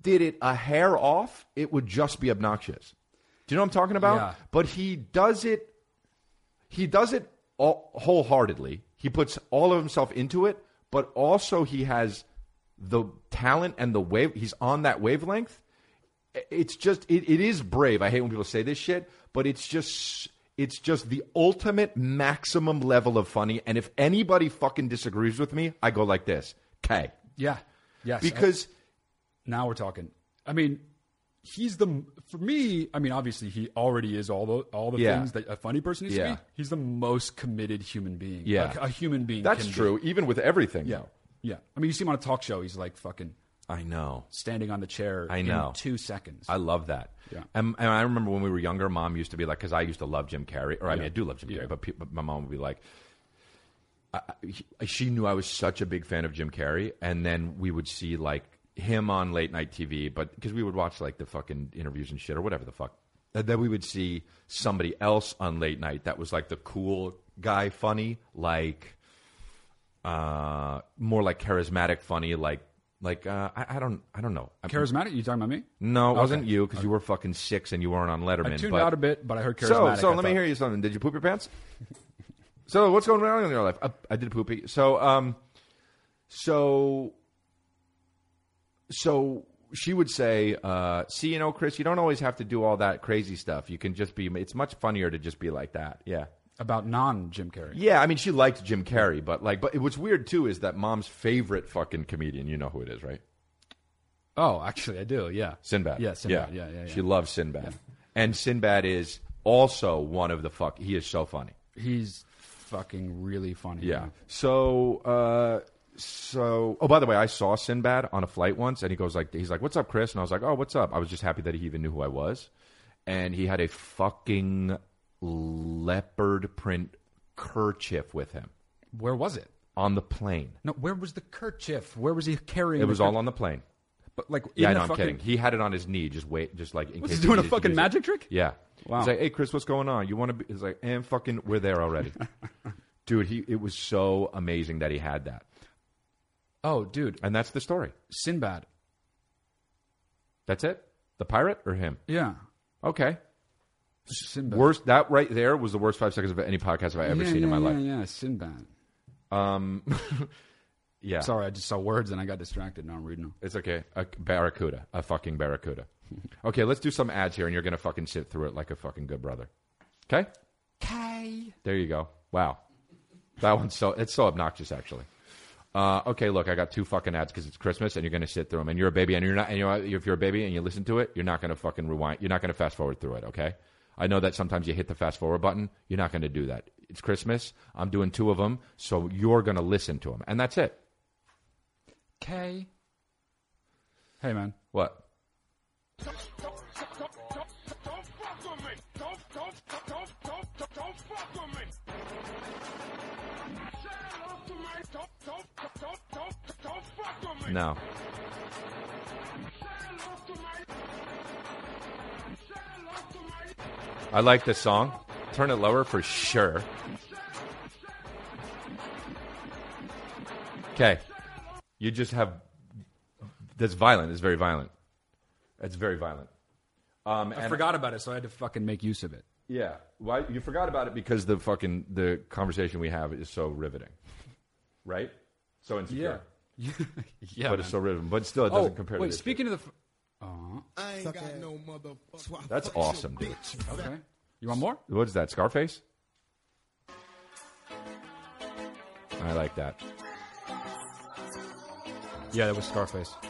Speaker 1: did it a hair off, it would just be obnoxious. Do you know what I'm talking about?
Speaker 2: Yeah.
Speaker 1: But he does it. He does it all, wholeheartedly. He puts all of himself into it, but also he has the talent and the wave. He's on that wavelength. I- It's just it, it is brave. I hate when people say this shit, but it's just it's just the ultimate maximum level of funny. And if anybody fucking disagrees with me, I go like this: K,
Speaker 2: Yeah. Yes.
Speaker 1: because
Speaker 2: now we're talking. I mean, he's the for me. I mean, obviously he already is all the all the
Speaker 1: Yeah.
Speaker 2: things that a funny person needs
Speaker 1: Yeah.
Speaker 2: to be. He's the most committed human being.
Speaker 1: Yeah.
Speaker 2: a, a human being.
Speaker 1: That's
Speaker 2: can be.
Speaker 1: true, even with everything.
Speaker 2: Yeah,
Speaker 1: though.
Speaker 2: yeah. I mean, you see him on a talk show. He's like fucking
Speaker 1: I know.
Speaker 2: standing on the chair.
Speaker 1: I
Speaker 2: in
Speaker 1: know.
Speaker 2: two seconds.
Speaker 1: I love that.
Speaker 2: Yeah.
Speaker 1: And, and I remember when we were younger, mom used to be like, because I used to love Jim Carrey, or I mean,
Speaker 2: Yeah.
Speaker 1: I do love Jim Carrey, but, pe- but my mom would be like, I, I- he- she knew I was such a big fan of Jim Carrey, and then we would see like him on late night TV, but because we would watch like the fucking interviews and shit or whatever the fuck, and then we would see somebody else on late night that was like the cool guy, funny, like uh, more like charismatic, funny, like like uh, I, I don't I don't know. I-
Speaker 2: charismatic. You talking about me?
Speaker 1: no, it wasn't you because you were fucking six and you weren't on Letterman.
Speaker 2: I tuned
Speaker 1: but-
Speaker 2: out a bit, but I heard charismatic.
Speaker 1: so, so
Speaker 2: I
Speaker 1: let me
Speaker 2: thought-
Speaker 1: hear you something. Did you poop your pants? [LAUGHS] so, what's going on in your life? I, I did poopy. So, um, so, so she would say, uh, "See, you know, Chris, you don't always have to do all that crazy stuff. You can just be. It's much funnier to just be like that." Yeah.
Speaker 2: about non Jim Carrey.
Speaker 1: Yeah, I mean, she liked Jim Carrey, but like, but what's weird too is that mom's favorite fucking comedian. You know who it is, right?
Speaker 2: Oh, actually, I do. Yeah,
Speaker 1: Sinbad.
Speaker 2: Yeah, Sinbad. Yeah, yeah, yeah.
Speaker 1: She loves Sinbad. And Sinbad is also one of the fuck. He is so funny.
Speaker 2: he's fucking really funny.
Speaker 1: Yeah. So, uh, so oh, by the way, I saw Sinbad on a flight once, and he goes like, he's like, "What's up, Chris?" And I was like, "Oh, what's up?" I was just happy that he even knew who I was, and he had a fucking leopard print kerchief with him
Speaker 2: Where was it?
Speaker 1: on the plane.
Speaker 2: No, where was the kerchief? Where was he carrying?
Speaker 1: It was all on the plane.
Speaker 2: but like,
Speaker 1: Yeah,
Speaker 2: in
Speaker 1: I
Speaker 2: the
Speaker 1: know, I'm
Speaker 2: fucking-
Speaker 1: kidding. He had it on his knee, just wait, just like in
Speaker 2: Was
Speaker 1: case
Speaker 2: he doing a
Speaker 1: needed to
Speaker 2: fucking
Speaker 1: use it.
Speaker 2: magic trick?
Speaker 1: Yeah.
Speaker 2: Wow.
Speaker 1: He's like, hey, Chris, what's going on? You want to be? He's like, and fucking, we're there
Speaker 2: [LAUGHS]
Speaker 1: already. Dude, he, it was so amazing that he had that.
Speaker 2: Oh, dude,
Speaker 1: And that's the story.
Speaker 2: Sinbad.
Speaker 1: That's it? The pirate or him?
Speaker 2: Yeah,
Speaker 1: Okay.
Speaker 2: Sinbad.
Speaker 1: Worst, that right there was the worst five seconds of any podcast I've ever
Speaker 2: yeah,
Speaker 1: seen in
Speaker 2: yeah,
Speaker 1: my life.
Speaker 2: Yeah, yeah, Sinbad.
Speaker 1: Yeah.
Speaker 2: Sorry, I just saw words and I got distracted. Now I'm reading them.
Speaker 1: It's okay. A barracuda. A fucking
Speaker 2: [LAUGHS]
Speaker 1: barracuda. okay, let's do some ads here, and you're going to fucking sit through it like a fucking good brother. Okay?
Speaker 2: K.
Speaker 1: There you go. Wow. That one's so it's so obnoxious actually. Uh, okay, look, I got two fucking ads because it's Christmas and you're gonna sit through them. And you're a baby, and you're not. And you're, if you're a baby and you listen to it, you're not gonna fucking rewind. You're not gonna fast forward through it. Okay. I know that sometimes you hit the fast forward button. You're not gonna do that. It's Christmas. I'm doing two of them, so you're gonna listen to them, and that's it.
Speaker 2: K. Hey, man.
Speaker 1: What?
Speaker 3: Don't fuck with me! Don't, don't, don't, don't, don't, don't fuck with me! Say hello to me! Don't, don't, don't, don't, don't fuck with me!
Speaker 1: No.
Speaker 3: Say hello to me! Say hello to me!
Speaker 1: I like this song. Turn it lower for sure. Okay. You just have. That's violent. It's very violent. It's very violent. Um,
Speaker 2: I forgot about it, so I had to fucking make use of it. [LAUGHS]
Speaker 1: Yeah. Why you forgot about it because the fucking the conversation we have is so riveting, right? So insecure,
Speaker 2: yeah,
Speaker 1: but
Speaker 2: man.
Speaker 1: it's so riveting. But still, it
Speaker 2: oh,
Speaker 1: doesn't compare.
Speaker 2: wait.
Speaker 1: to this
Speaker 2: Speaking of the,
Speaker 4: I ain't got no motherfucker.
Speaker 1: That's awesome, dude.
Speaker 2: f- okay, you want more?
Speaker 1: shit. What is that? Scarface. I like that.
Speaker 2: Yeah, that was Scarface. Uh,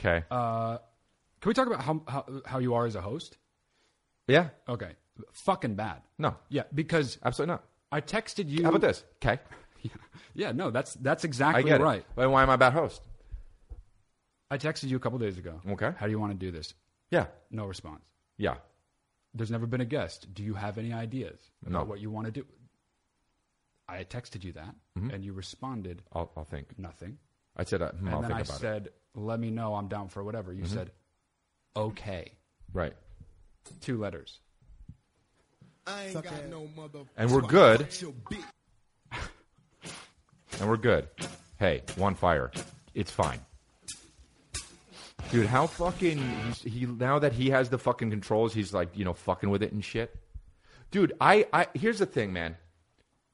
Speaker 1: Okay.
Speaker 2: Can we talk about how how, how you are as a host?
Speaker 1: yeah.
Speaker 2: Okay, fucking bad.
Speaker 1: No.
Speaker 2: Yeah, because
Speaker 1: Absolutely not.
Speaker 2: I texted you.
Speaker 1: How about this? Okay.
Speaker 2: [LAUGHS] Yeah, no, that's that's
Speaker 1: I
Speaker 2: exactly
Speaker 1: get
Speaker 2: right.
Speaker 1: it. But why am I a bad host?
Speaker 2: I texted you a couple days ago.
Speaker 1: Okay.
Speaker 2: How do you want to do this?
Speaker 1: Yeah.
Speaker 2: No response.
Speaker 1: Yeah.
Speaker 2: There's never been a guest. Do you have any ideas about
Speaker 1: No.
Speaker 2: what you want to do? I texted you that,
Speaker 1: Mm-hmm.
Speaker 2: and you responded
Speaker 1: I'll, I'll think.
Speaker 2: nothing.
Speaker 1: I said, uh, hmm,
Speaker 2: And
Speaker 1: I'll
Speaker 2: then
Speaker 1: think
Speaker 2: I
Speaker 1: about it. Mm-hmm.
Speaker 2: said, "Let me know. I'm down for whatever." You said, "Okay."
Speaker 1: Right.
Speaker 2: Two letters.
Speaker 4: I ain't got no motherfucker.
Speaker 1: And we're good. And we're good. Hey, one fire. It's fine. Dude, how fucking he's, he now that he has the fucking controls, he's like you know fucking with it and shit. Dude, I, I here's the thing, man.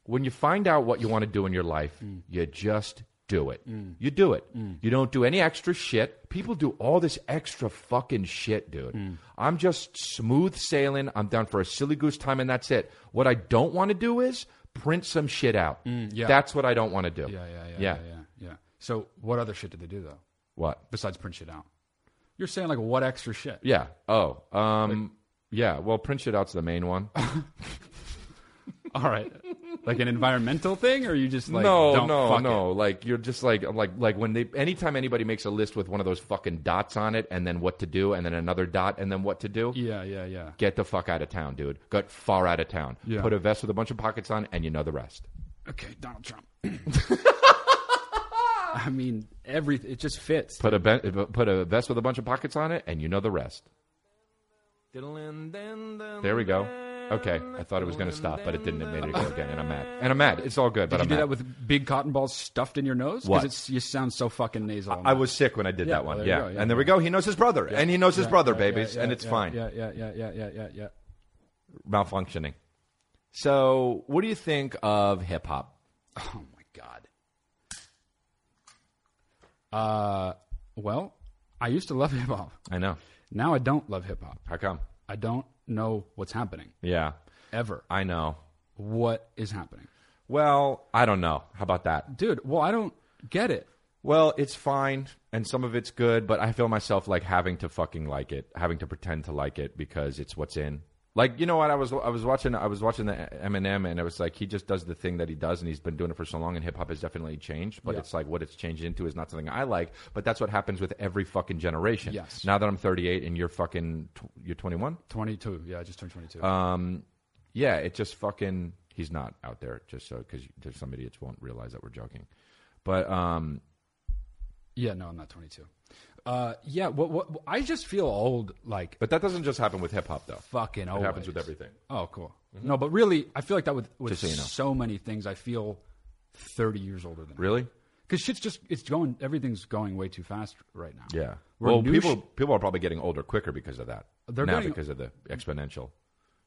Speaker 1: When you find out what you want to do in your life, you just do it. You do it. You don't do any extra shit. People do all this extra fucking shit, dude. I'm just smooth sailing. I'm down for a silly goose time, and that's it. What I don't want to do is print some shit out.
Speaker 2: yeah.
Speaker 1: That's what I don't want to do.
Speaker 2: Yeah, yeah, yeah, yeah, yeah, yeah. So, what other shit did they do though,
Speaker 1: What?
Speaker 2: besides print shit out? You're saying like what extra shit? [LAUGHS]
Speaker 1: Yeah. Oh. Um. yeah. Well, print shit out's the main
Speaker 2: [LAUGHS]
Speaker 1: one.
Speaker 2: All right, like an environmental thing, or you just like
Speaker 1: no,
Speaker 2: don't
Speaker 1: no,
Speaker 2: fuck
Speaker 1: no. Like you're just like like like when they anytime anybody makes a list with one of those fucking dots on it, and then what to do, and then another dot, and then what to do.
Speaker 2: It. Yeah, yeah, yeah.
Speaker 1: Get the fuck out of town, dude. Got far out of town.
Speaker 2: Yeah.
Speaker 1: Put a vest with a bunch of pockets on, and you know the rest.
Speaker 2: Okay,
Speaker 1: [LAUGHS]
Speaker 2: Donald Trump. I mean, every it just fits.
Speaker 1: Put a be- put a vest with a bunch of pockets on it, and you know the rest. There we go. Okay, I thought it was going to stop, but it didn't. It made it go again, and I'm mad. And I'm mad. It's all good, but
Speaker 2: Did you
Speaker 1: I'm
Speaker 2: do
Speaker 1: mad.
Speaker 2: that with big cotton balls stuffed in your nose?
Speaker 1: What?
Speaker 2: Because you sound so fucking nasal.
Speaker 1: I was sick when I did
Speaker 2: Yeah,
Speaker 1: that one.
Speaker 2: well, there
Speaker 1: yeah.
Speaker 2: you go, yeah.
Speaker 1: and there we go. He knows his brother, and he knows his
Speaker 2: Yeah,
Speaker 1: brother,
Speaker 2: yeah,
Speaker 1: babies,
Speaker 2: yeah,
Speaker 1: and
Speaker 2: yeah,
Speaker 1: it's
Speaker 2: yeah,
Speaker 1: fine.
Speaker 2: Yeah, yeah, yeah, yeah, yeah, yeah, yeah.
Speaker 1: Malfunctioning. So, what do you think of hip hop?
Speaker 2: Oh my god. Uh, well, I used to love hip hop.
Speaker 1: I know.
Speaker 2: Now I don't love hip hop.
Speaker 1: How come?
Speaker 2: I don't know what's happening
Speaker 1: Yeah,
Speaker 2: ever.
Speaker 1: I know.
Speaker 2: What is happening,
Speaker 1: Well, I don't know. How about that?
Speaker 2: dude? Well, I don't get it.
Speaker 1: Well, it's fine, and some of it's good, but I feel myself like having to fucking like it, having to pretend to like it because it's what's in. Like you know what I was I was watching I was watching the Eminem and it was like he just does the thing that he does and he's been doing it for so long and hip hop has definitely changed but it's like what it's changed into is not something I like but that's what happens with every fucking generation.
Speaker 2: Yes.
Speaker 1: Now that I'm 38 and you're fucking tw- you're 21.
Speaker 2: Twenty-two. Yeah, I just turned twenty-two.
Speaker 1: Yeah, it just fucking. He's not out there just so because there's some idiots won't realize that we're joking, but um
Speaker 2: yeah, no, I'm not twenty-two. Uh, yeah. What? What? I just feel old. Like
Speaker 1: but that doesn't just happen with hip hop though.
Speaker 2: fucking
Speaker 1: It
Speaker 2: old.
Speaker 1: happens with everything. Mm-hmm.
Speaker 2: Oh, cool. No, but really, I feel like that with with
Speaker 1: Just so
Speaker 2: so,
Speaker 1: you know.
Speaker 2: many things. I feel thirty years older than
Speaker 1: Really?
Speaker 2: because shit's just it's going. Everything's going way too fast right now.
Speaker 1: Yeah.
Speaker 2: We're
Speaker 1: well,
Speaker 2: new
Speaker 1: people
Speaker 2: sh-
Speaker 1: people are probably getting older quicker because of that.
Speaker 2: They're
Speaker 1: now
Speaker 2: getting-
Speaker 1: because of the exponential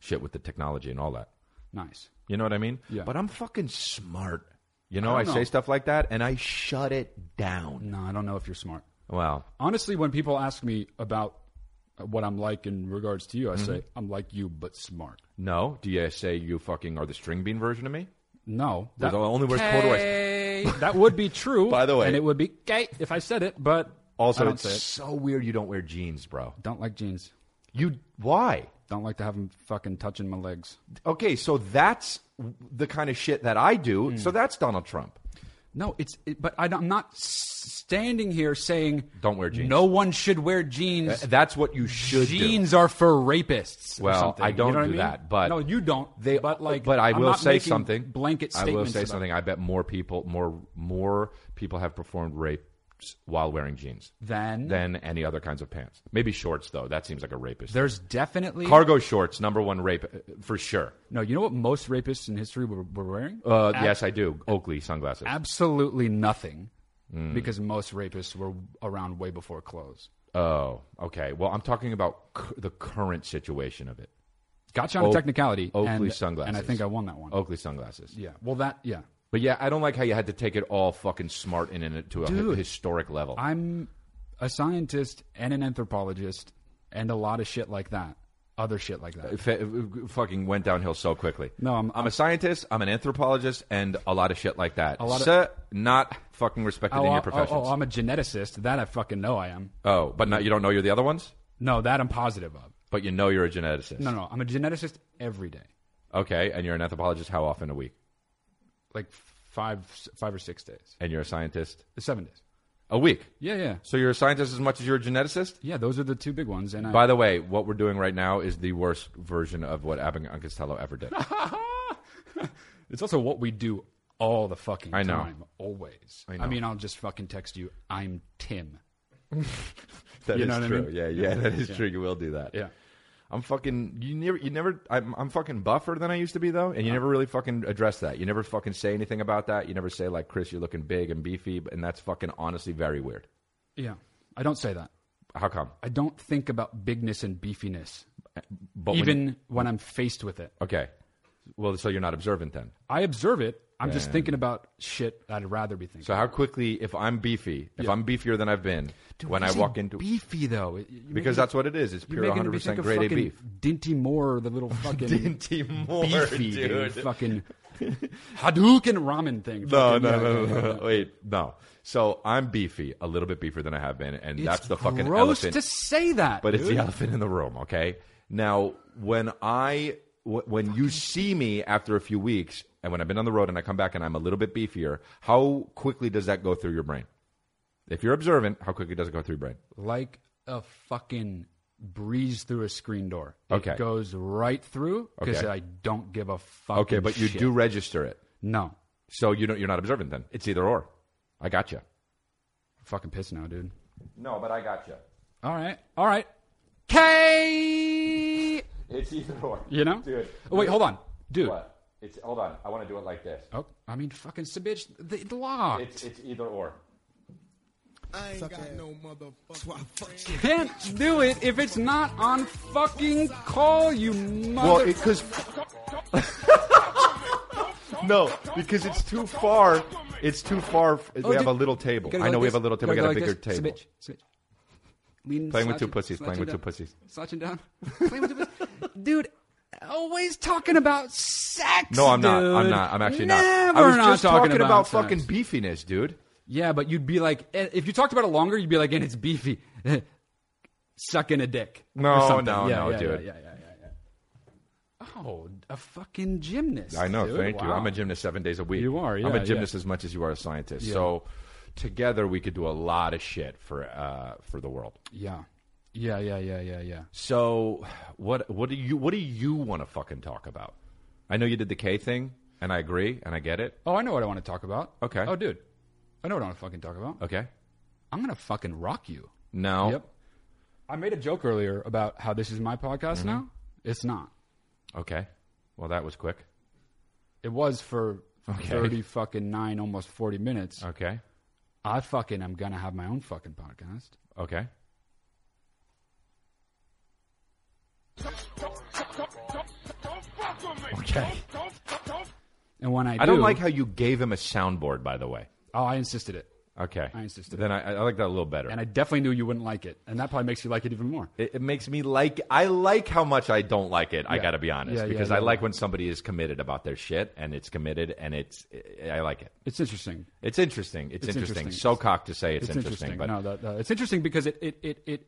Speaker 1: shit with the technology and all that.
Speaker 2: nice.
Speaker 1: You know what I mean?
Speaker 2: Yeah.
Speaker 1: But I'm fucking smart. You know, I,
Speaker 2: don't know.
Speaker 1: say stuff like that and I shut it down.
Speaker 2: No, I don't know if you're smart.
Speaker 1: Wow.
Speaker 2: Honestly, when people ask me about uh, what I'm like in regards to
Speaker 1: Mm-hmm.
Speaker 2: you, I say I'm like you but smart.
Speaker 1: No, do you say you fucking are the string bean version of me?
Speaker 2: No,
Speaker 1: That only wears corduroys.
Speaker 2: that would be true.
Speaker 1: [LAUGHS] By the way.
Speaker 2: and it would be gay if I said it, but I
Speaker 1: Also,
Speaker 2: don't
Speaker 1: it's
Speaker 2: say it.
Speaker 1: so weird you don't wear jeans, bro.
Speaker 2: Don't like jeans.
Speaker 1: You why?
Speaker 2: Don't like to have them fucking touching my legs.
Speaker 1: Okay, so that's the kind of shit that I do.
Speaker 2: Mm.
Speaker 1: So that's Donald Trump.
Speaker 2: No, it's it, but I don't- I'm not s- standing here saying
Speaker 1: Don't wear jeans.
Speaker 2: No one should wear jeans.
Speaker 1: That's what you should do.
Speaker 2: jeans are for rapists. or
Speaker 1: Well,
Speaker 2: something.
Speaker 1: I don't
Speaker 2: You know what
Speaker 1: do
Speaker 2: mean?
Speaker 1: that, but-
Speaker 2: no, you don't.
Speaker 1: They,
Speaker 2: but like,
Speaker 1: but I
Speaker 2: I'm
Speaker 1: will
Speaker 2: not
Speaker 1: say
Speaker 2: making
Speaker 1: something.
Speaker 2: Blanket
Speaker 1: I
Speaker 2: statements.
Speaker 1: will say
Speaker 2: about-
Speaker 1: something. I bet more people, more more people have performed rapes while wearing jeans
Speaker 2: Then,
Speaker 1: than any other kinds of pants. Maybe shorts though. That seems like a rapist.
Speaker 2: there's definitely
Speaker 1: Cargo shorts, number one rape uh, for sure.
Speaker 2: no. You know what most rapists in history were, were wearing?
Speaker 1: Uh, yes, I do. Oakley sunglasses.
Speaker 2: Absolutely nothing,
Speaker 1: Mm.
Speaker 2: because most rapists were around way before clothes.
Speaker 1: oh, okay. Well, I'm talking about cu- the current situation of it.
Speaker 2: Gotcha on a
Speaker 1: Oak-
Speaker 2: technicality.
Speaker 1: Oakley
Speaker 2: and,
Speaker 1: sunglasses.
Speaker 2: and I think I won that one.
Speaker 1: Oakley sunglasses.
Speaker 2: Yeah. Well, that yeah.
Speaker 1: But yeah, I don't like how you had to take it all fucking smart and in it to a hi-
Speaker 2: Dude.
Speaker 1: historic level.
Speaker 2: I'm a scientist and an anthropologist and a lot of shit like that. Other shit like that.
Speaker 1: F- uh, fucking went downhill so quickly.
Speaker 2: No, I'm-
Speaker 1: a scientist. I'm an anthropologist, and a lot of shit like that. A
Speaker 2: lot of-
Speaker 1: not fucking respected
Speaker 2: Oh,
Speaker 1: in
Speaker 2: I-
Speaker 1: your
Speaker 2: oh,
Speaker 1: professions.
Speaker 2: oh, I'm a geneticist. That I fucking know I am.
Speaker 1: Oh, but not, you don't know you're the other ones,
Speaker 2: No, that I'm positive of.
Speaker 1: but you know you're a geneticist.
Speaker 2: No, no, I'm a geneticist every day.
Speaker 1: Okay, and you're an anthropologist. How often a week?
Speaker 2: Like five, five or six days,
Speaker 1: And you're a scientist
Speaker 2: seven days.
Speaker 1: a week.
Speaker 2: Yeah, yeah,
Speaker 1: So you're a scientist as much as you're a geneticist.
Speaker 2: yeah. Those are the two big ones. And I,
Speaker 1: By the way, what we're doing right now is the worst version of what Abbott and Costello ever did. [LAUGHS]
Speaker 2: [LAUGHS] it's also what we do all the fucking
Speaker 1: I know.
Speaker 2: time, always. I,
Speaker 1: know.
Speaker 2: mean, I'll just fucking text you. I'm Tim.
Speaker 1: That is
Speaker 2: You know what I
Speaker 1: true.
Speaker 2: mean?
Speaker 1: Yeah, yeah, that is true. You will do that.
Speaker 2: Yeah.
Speaker 1: I'm fucking. You never. You never. I'm, I'm fucking buffer than I used to be though, and you never really fucking address that. You never fucking say anything about that. You never say like, Chris, you're looking big and beefy, and that's fucking honestly very weird.
Speaker 2: Yeah, I don't say that.
Speaker 1: How come?
Speaker 2: I don't think about bigness and beefiness,
Speaker 1: But when-
Speaker 2: even when I'm faced with it.
Speaker 1: okay. Well, so you're not observant then.
Speaker 2: I observe it. I'm just thinking about shit I'd rather be thinking.
Speaker 1: So how quickly, if I'm beefy, if I'm beefier than I've been, when I
Speaker 2: say
Speaker 1: walk into
Speaker 2: beefy though, it- you- you
Speaker 1: because
Speaker 2: make
Speaker 1: that's what it is. It's
Speaker 2: it- you
Speaker 1: pure
Speaker 2: make it
Speaker 1: 100
Speaker 2: me think
Speaker 1: percent
Speaker 2: of
Speaker 1: grade A
Speaker 2: fucking
Speaker 1: beef. [LAUGHS]
Speaker 2: Dinty Moore, the little fucking
Speaker 1: Dinty Moore,
Speaker 2: beefy dude,
Speaker 1: dude.
Speaker 2: fucking Hadouken ramen thing.
Speaker 1: No,
Speaker 2: Fucking-
Speaker 1: no,
Speaker 2: yeah,
Speaker 1: no,
Speaker 2: yeah, yeah,
Speaker 1: no,
Speaker 2: yeah.
Speaker 1: no. Wait, no. So I'm beefy, a little bit beefier than I have been, and that's
Speaker 2: It's
Speaker 1: the fucking
Speaker 2: gross
Speaker 1: elephant.
Speaker 2: to say that,
Speaker 1: but
Speaker 2: dude.
Speaker 1: it's the elephant in the room. Okay. Now, when I wh- when you see me after a few weeks, and when I've been on the road, and I come back, and I'm a little bit beefier, how quickly does that go through your brain? If you're observant, how quickly does it go through your brain?
Speaker 2: [LAUGHS] like a fucking breeze through a screen door. It
Speaker 1: Okay.
Speaker 2: goes right through because
Speaker 1: Okay.
Speaker 2: I don't give a fuck.
Speaker 1: Okay, but you do register it,
Speaker 2: No,
Speaker 1: so you don't. You're not observant then. It's either or. I got you.
Speaker 2: fucking piss now, dude.
Speaker 1: No, but I got you.
Speaker 2: All right, all right. K.
Speaker 1: It's [LAUGHS] either or.
Speaker 2: You know.
Speaker 1: dude.
Speaker 2: Oh, wait, hold on, dude.
Speaker 1: What? It's hold on. I want to do it like this.
Speaker 2: Oh, I mean, fucking bitch. The, the lock.
Speaker 1: It's it's either or.
Speaker 4: I ain't got no motherfucking friends.
Speaker 2: Can't do it if it's not on fucking call, you mother.
Speaker 1: Well, because [LAUGHS] no, because it's too far. It's too far. f-
Speaker 2: Oh,
Speaker 1: we have
Speaker 2: dude,
Speaker 1: a little table.
Speaker 2: gotta go
Speaker 1: I know
Speaker 2: like
Speaker 1: we have a
Speaker 2: this.
Speaker 1: little table. We got
Speaker 2: Gotta
Speaker 1: a
Speaker 2: go
Speaker 1: bigger
Speaker 2: like this.
Speaker 1: table.
Speaker 2: Switch, switch. Lean,
Speaker 1: Playing with
Speaker 2: slouching-
Speaker 1: two pussies, playing
Speaker 2: slouching
Speaker 1: with two
Speaker 2: down.
Speaker 1: pussies.
Speaker 2: Slouching down. playing with two pussies. Dude, always talking about sex.
Speaker 1: No, I'm not. I'm
Speaker 2: dude.
Speaker 1: not. I'm actually
Speaker 2: Never
Speaker 1: not. I was
Speaker 2: not
Speaker 1: just talking, about,
Speaker 2: sex.
Speaker 1: fucking beefiness, dude.
Speaker 2: Yeah, but you'd be like, eh, if you talked about it longer, you'd be like, and it's beefy. [LAUGHS] Sucking a dick. or
Speaker 1: No,
Speaker 2: something.
Speaker 1: no,
Speaker 2: yeah,
Speaker 1: no,
Speaker 2: yeah,
Speaker 1: dude.
Speaker 2: Yeah, yeah, yeah, yeah, yeah. Oh, a fucking gymnast.
Speaker 1: I know.
Speaker 2: dude.
Speaker 1: thank you.
Speaker 2: Wow.
Speaker 1: I'm a gymnast seven days a week.
Speaker 2: You are,
Speaker 1: I'm
Speaker 2: yeah,
Speaker 1: a gymnast
Speaker 2: yeah.
Speaker 1: as much as you are a scientist. So together we could do a lot of shit for uh, for the world.
Speaker 2: Yeah. Yeah, yeah, yeah, yeah, yeah.
Speaker 1: So, what what do you what do you want to fucking talk about? I know you did the K thing, and I agree, and I get it.
Speaker 2: Oh, I know what I want to talk about.
Speaker 1: Okay.
Speaker 2: Oh, dude. I know what I want to fucking talk about.
Speaker 1: Okay.
Speaker 2: I'm going to fucking rock you.
Speaker 1: No.
Speaker 2: Yep. I made a joke earlier about how this is my podcast
Speaker 1: Mm-hmm.
Speaker 2: now. It's not.
Speaker 1: Okay. Well, that was quick.
Speaker 2: It was for
Speaker 1: Okay.
Speaker 2: 30 fucking 9 almost 40 minutes.
Speaker 1: Okay.
Speaker 2: I fucking am going to have my own fucking podcast.
Speaker 1: Okay.
Speaker 3: Okay.
Speaker 2: And when I do
Speaker 1: I don't like how you gave him a soundboard, by the way.
Speaker 2: Oh, I insisted it.
Speaker 1: Okay.
Speaker 2: I insisted.
Speaker 1: Then I, I like that a little better.
Speaker 2: And I definitely knew you wouldn't like it. And that probably makes you like it even more.
Speaker 1: it, it makes me like. I like how much I don't like it. I
Speaker 2: Yeah.
Speaker 1: got to be honest,
Speaker 2: Yeah, yeah,
Speaker 1: because
Speaker 2: yeah,
Speaker 1: I like
Speaker 2: yeah.
Speaker 1: when somebody is committed about their shit, and it's committed, and it's. I like it.
Speaker 2: It's interesting.
Speaker 1: It's interesting. It's,
Speaker 2: It's
Speaker 1: interesting.
Speaker 2: interesting.
Speaker 1: So cocked to say it's, interesting, but
Speaker 2: no, that, that- it's interesting because it it it, it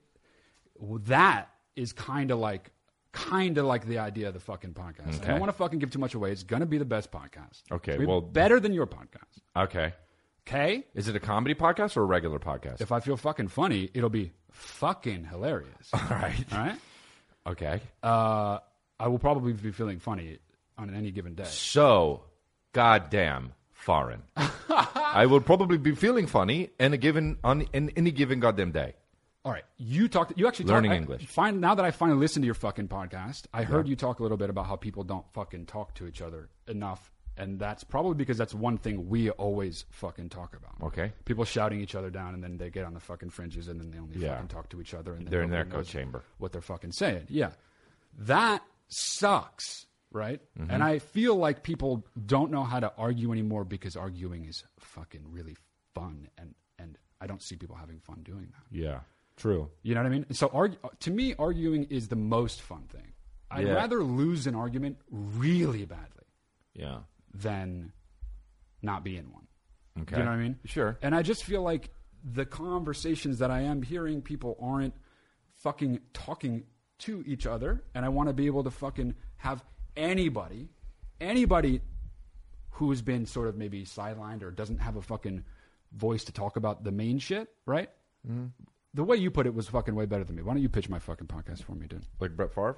Speaker 2: that is kind of like kind of like the idea of the fucking podcast. I
Speaker 1: Okay.
Speaker 2: don't want to fucking give too much away. It's gonna be the best podcast.
Speaker 1: Okay,
Speaker 2: It's gonna be
Speaker 1: well-
Speaker 2: better than your podcast.
Speaker 1: okay.
Speaker 2: Okay,
Speaker 1: Is it a comedy podcast or a regular podcast?
Speaker 2: if I feel fucking funny, it'll be fucking hilarious.
Speaker 1: [LAUGHS]
Speaker 2: All
Speaker 1: All right.
Speaker 2: right,
Speaker 1: Okay.
Speaker 2: uh, I will probably be feeling funny on any given day.
Speaker 1: so, goddamn
Speaker 2: [LAUGHS]
Speaker 1: foreign. I will probably be feeling funny in a given on in any given goddamn day.
Speaker 2: All right, you talked. You actually
Speaker 1: Learning
Speaker 2: talked,
Speaker 1: English.
Speaker 2: I, find now that I finally listened to your fucking podcast, I heard you talk a little bit about how people don't fucking talk to each other enough, and that's probably because that's one thing we always fucking talk about.
Speaker 1: Okay.
Speaker 2: people shouting each other down, and then they get on the fucking fringes, and then they only
Speaker 1: Yeah.
Speaker 2: fucking talk to each other, and then
Speaker 1: They're in
Speaker 2: nobody
Speaker 1: their echo
Speaker 2: knows
Speaker 1: chamber.
Speaker 2: What they're fucking saying, yeah, that sucks, right?
Speaker 1: Mm-hmm.
Speaker 2: And I feel like people don't know how to argue anymore because arguing is fucking really fun, and and I don't see people having fun doing that.
Speaker 1: Yeah. True.
Speaker 2: You know what I mean? So argu- uh, to me, arguing is the most fun thing. I'd
Speaker 1: Yeah.
Speaker 2: rather lose an argument really badly
Speaker 1: Yeah.
Speaker 2: than not be in one.
Speaker 1: Okay.
Speaker 2: You know what I mean?
Speaker 1: Sure.
Speaker 2: And I just feel like the conversations that I am hearing, people aren't fucking talking to each other. And I want to be able to fucking have anybody, anybody who's been sort of maybe sidelined or doesn't have a fucking voice to talk about the main shit, right?
Speaker 1: Mm-hmm.
Speaker 2: The way you put it was fucking way better than me. Why don't you pitch my fucking podcast for me, dude?
Speaker 1: Like Brett Favre?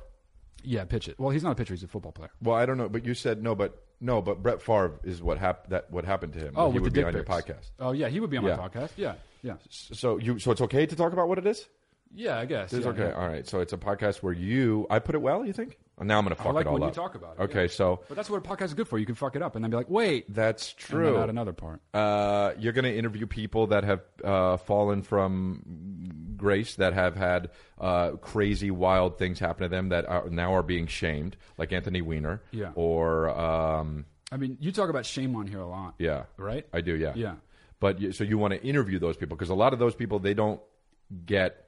Speaker 2: Yeah, pitch it. Well, he's not a pitcher; he's a football player.
Speaker 1: Well, I don't know, but you said no, but no, but Brett Favre is what hap- that what happened to him.
Speaker 2: Oh,
Speaker 1: he
Speaker 2: with
Speaker 1: would
Speaker 2: the
Speaker 1: be
Speaker 2: dick
Speaker 1: on your
Speaker 2: pics.
Speaker 1: podcast.
Speaker 2: Oh yeah, he would be on
Speaker 1: Yeah.
Speaker 2: my podcast. Yeah, yeah,
Speaker 1: So you so it's okay to talk about what it is?
Speaker 2: yeah. I guess
Speaker 1: It's
Speaker 2: yeah,
Speaker 1: okay.
Speaker 2: yeah.
Speaker 1: All right. So it's a podcast where you I put it well, you think? Now I'm gonna fuck
Speaker 2: I like
Speaker 1: it all
Speaker 2: when
Speaker 1: up.
Speaker 2: you talk about it.
Speaker 1: Okay,
Speaker 2: yeah.
Speaker 1: so
Speaker 2: but that's what a podcast is good for. You can fuck it up and then be like, wait,
Speaker 1: that's
Speaker 2: and then
Speaker 1: true.
Speaker 2: add another part.
Speaker 1: Uh, you're going to interview people that have uh, fallen from grace, that have had uh, crazy, wild things happen to them that are, now are being shamed, like Anthony Weiner.
Speaker 2: Yeah.
Speaker 1: Or, um,
Speaker 2: I mean, you talk about shame on here a lot.
Speaker 1: yeah.
Speaker 2: Right?
Speaker 1: I do, yeah.
Speaker 2: Yeah.
Speaker 1: But you, so you want to interview those people because a lot of those people, they don't get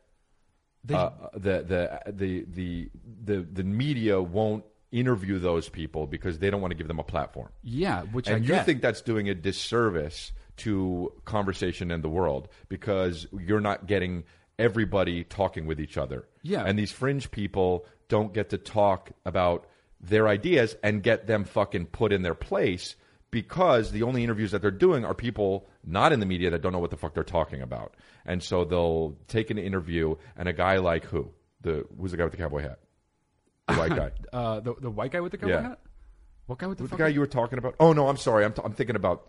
Speaker 2: They-
Speaker 1: uh, the, the, the, the, the, the media won't interview those people because they don't want to give them a platform.
Speaker 2: Yeah, which I
Speaker 1: and you
Speaker 2: get.
Speaker 1: think that's doing a disservice to conversation and the world because you're not getting everybody talking with each other.
Speaker 2: Yeah.
Speaker 1: And these fringe people don't get to talk about their ideas and get them fucking put in their place because the only interviews that they're doing are people not in the media that don't know what the fuck they're talking about. And so they'll take an interview and a guy like who? The who's the guy with the cowboy hat? The
Speaker 2: [LAUGHS]
Speaker 1: white guy.
Speaker 2: uh, the the white guy with the cowboy
Speaker 1: Yeah.
Speaker 2: hat. What guy with the,
Speaker 1: the
Speaker 2: fucking-
Speaker 1: guy you were talking about. Oh no, I'm sorry. I'm, t- I'm thinking about.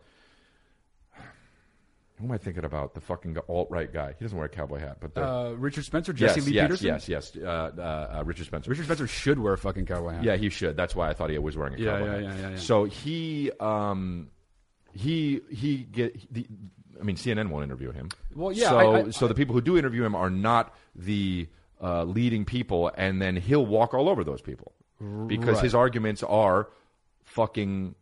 Speaker 1: Who am I thinking about? The fucking alt right guy. He doesn't wear a cowboy hat, but the,
Speaker 2: uh, Richard Spencer,
Speaker 1: yes,
Speaker 2: Jesse Lee
Speaker 1: yes,
Speaker 2: Peterson.
Speaker 1: yes, yes, Uh, uh, uh, Richard Spencer.
Speaker 2: Richard Spencer should wear a fucking cowboy hat.
Speaker 1: Yeah, he should. That's why I thought he was wearing a
Speaker 2: Yeah,
Speaker 1: cowboy
Speaker 2: yeah,
Speaker 1: hat.
Speaker 2: yeah, yeah, yeah.
Speaker 1: So he, um, he, he get the. I mean, CNN won't interview him.
Speaker 2: Well, yeah,
Speaker 1: So,
Speaker 2: I- I-
Speaker 1: so the people who do interview him are not the uh, leading people, and then he'll walk all over those people because
Speaker 2: Right.
Speaker 1: his arguments are fucking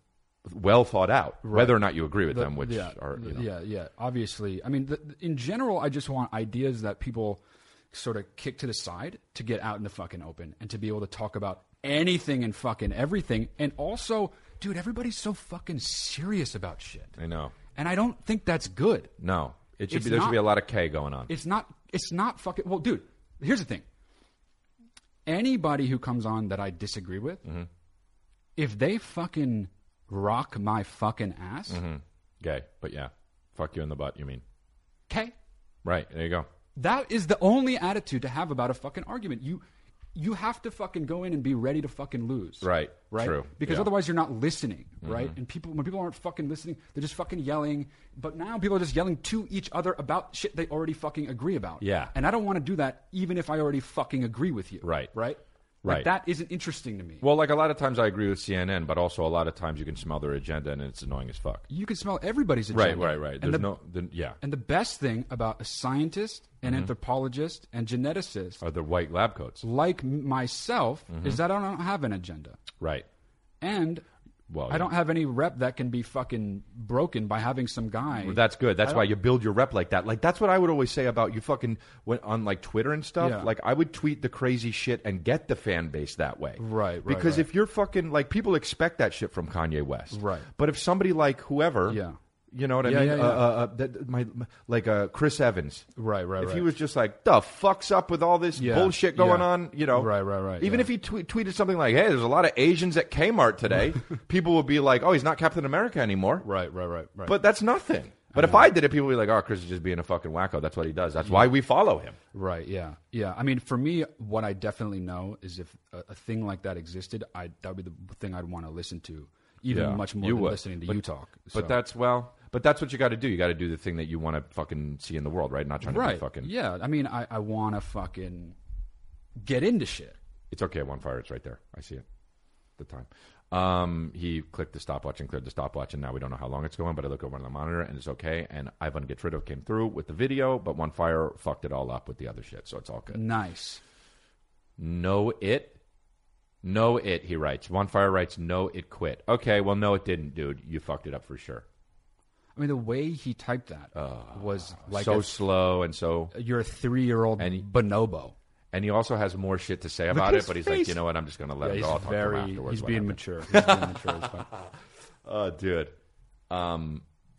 Speaker 1: well thought out, whether or not you agree with them. Which
Speaker 2: yeah,
Speaker 1: are you know.
Speaker 2: yeah, yeah. Obviously, I mean, the, in general, I just want ideas that people sort of kick to the side to get out in the fucking open and to be able to talk about anything and fucking everything. And also, dude, everybody's so fucking serious about shit,
Speaker 1: I know.
Speaker 2: and I don't think that's good.
Speaker 1: No, it should
Speaker 2: It's
Speaker 1: be there
Speaker 2: not-
Speaker 1: should be a lot of K going on.
Speaker 2: It's not. It's not fucking. Well, dude, here's the thing. Anybody who comes on that I disagree with,
Speaker 1: Mm-hmm.
Speaker 2: if they fucking rock my fucking ass,
Speaker 1: Mm-hmm. Gay, but yeah, fuck you in the butt. You mean
Speaker 2: okay.
Speaker 1: right? There you go.
Speaker 2: That is the only attitude to have about a fucking argument. You you have to fucking go in and be ready to fucking lose.
Speaker 1: Right.
Speaker 2: Right.
Speaker 1: True.
Speaker 2: Because
Speaker 1: Yeah. Mm-hmm.
Speaker 2: otherwise you're not listening, right? And people when people aren't fucking listening, they're just fucking yelling. But now people are just yelling to each other about shit they already fucking agree about.
Speaker 1: Yeah.
Speaker 2: And I don't want to do that even if I already fucking agree with you.
Speaker 1: Right.
Speaker 2: Right?
Speaker 1: Right.
Speaker 2: Like that isn't interesting to me.
Speaker 1: Well, like a lot of times I agree with CNN, but also a lot of times you can smell their agenda and it's annoying as fuck.
Speaker 2: you can smell everybody's
Speaker 1: Right,
Speaker 2: agenda.
Speaker 1: right, right. There's
Speaker 2: And the,
Speaker 1: no, the, yeah.
Speaker 2: and the best thing about a scientist, an
Speaker 1: Mm-hmm.
Speaker 2: anthropologist, and geneticist
Speaker 1: Are the white lab coats?
Speaker 2: like m- myself
Speaker 1: Mm-hmm.
Speaker 2: is that I don't have an agenda.
Speaker 1: Right.
Speaker 2: And
Speaker 1: Well,
Speaker 2: I don't have any rep that can be fucking broken by having some guy.
Speaker 1: Well, that's good. That's why you build your rep like that. Like that's what I would always say about you fucking when, on like Twitter and stuff.
Speaker 2: Yeah.
Speaker 1: Like I would tweet the crazy shit and get the fan base that way.
Speaker 2: Right, right,
Speaker 1: Because
Speaker 2: right.
Speaker 1: if you're fucking like people expect that shit from Kanye West.
Speaker 2: Right.
Speaker 1: But if somebody like whoever,
Speaker 2: Yeah.
Speaker 1: you know what I
Speaker 2: Yeah,
Speaker 1: mean?
Speaker 2: yeah, yeah.
Speaker 1: Uh, uh, uh, that, my, my- like uh, Chris Evans.
Speaker 2: Right, right,
Speaker 1: If he
Speaker 2: right.
Speaker 1: was just like the fucks up with all this
Speaker 2: Yeah,
Speaker 1: bullshit going
Speaker 2: yeah.
Speaker 1: on, you know.
Speaker 2: Right, right, right,
Speaker 1: Even
Speaker 2: yeah.
Speaker 1: if he tweet tweeted something like, "Hey, there's a lot of Asians at Kmart [LAUGHS] today," people would be like, "Oh, he's not Captain America anymore."
Speaker 2: right, right, right, right.
Speaker 1: But that's nothing. But if I did it, people would be like, "Oh, Chris is just being a fucking wacko. That's what he does. That's why we follow him."
Speaker 2: right, yeah, yeah. I mean, for me, what I definitely know is if a, a thing like that existed, I that would be the thing I'd want to listen to, even
Speaker 1: Yeah,
Speaker 2: much more
Speaker 1: you
Speaker 2: than
Speaker 1: would.
Speaker 2: listening to
Speaker 1: But-
Speaker 2: you talk.
Speaker 1: But
Speaker 2: So-
Speaker 1: that's well. But that's what you got to do. You got to do the thing that you want to fucking see in the world, right? Not trying to
Speaker 2: right,
Speaker 1: be fucking.
Speaker 2: yeah. I mean, I, I want to fucking get into shit.
Speaker 1: It's okay. One fire. It's right there. I see it. The time. Um, he clicked the stopwatch and cleared the stopwatch, and now we don't know how long it's going. But I look over on the monitor, and it's okay. And Ivan Get Rid of came through with the video, but one fire fucked it all up with the other shit, so it's all good.
Speaker 2: Nice.
Speaker 1: No, it. No, it, he writes. Bonfire writes, no, it quit. Okay, well, no, it didn't, dude. You fucked it up for sure.
Speaker 2: I mean, the way he typed that was like
Speaker 1: Ah, so
Speaker 2: a-
Speaker 1: slow and so.
Speaker 2: you're a three-year-old
Speaker 1: And he-
Speaker 2: bonobo.
Speaker 1: And he also has more shit to say about it,
Speaker 2: his
Speaker 1: but he's like,
Speaker 2: face.
Speaker 1: you know what? I'm just going to let
Speaker 2: Yeah,
Speaker 1: it
Speaker 2: he's
Speaker 1: all talk to him
Speaker 2: very.
Speaker 1: afterwards.
Speaker 2: He's
Speaker 1: what
Speaker 2: being,
Speaker 1: happened.
Speaker 2: mature. He's being mature. as fuck.
Speaker 1: Oh, dude.
Speaker 2: [LAUGHS]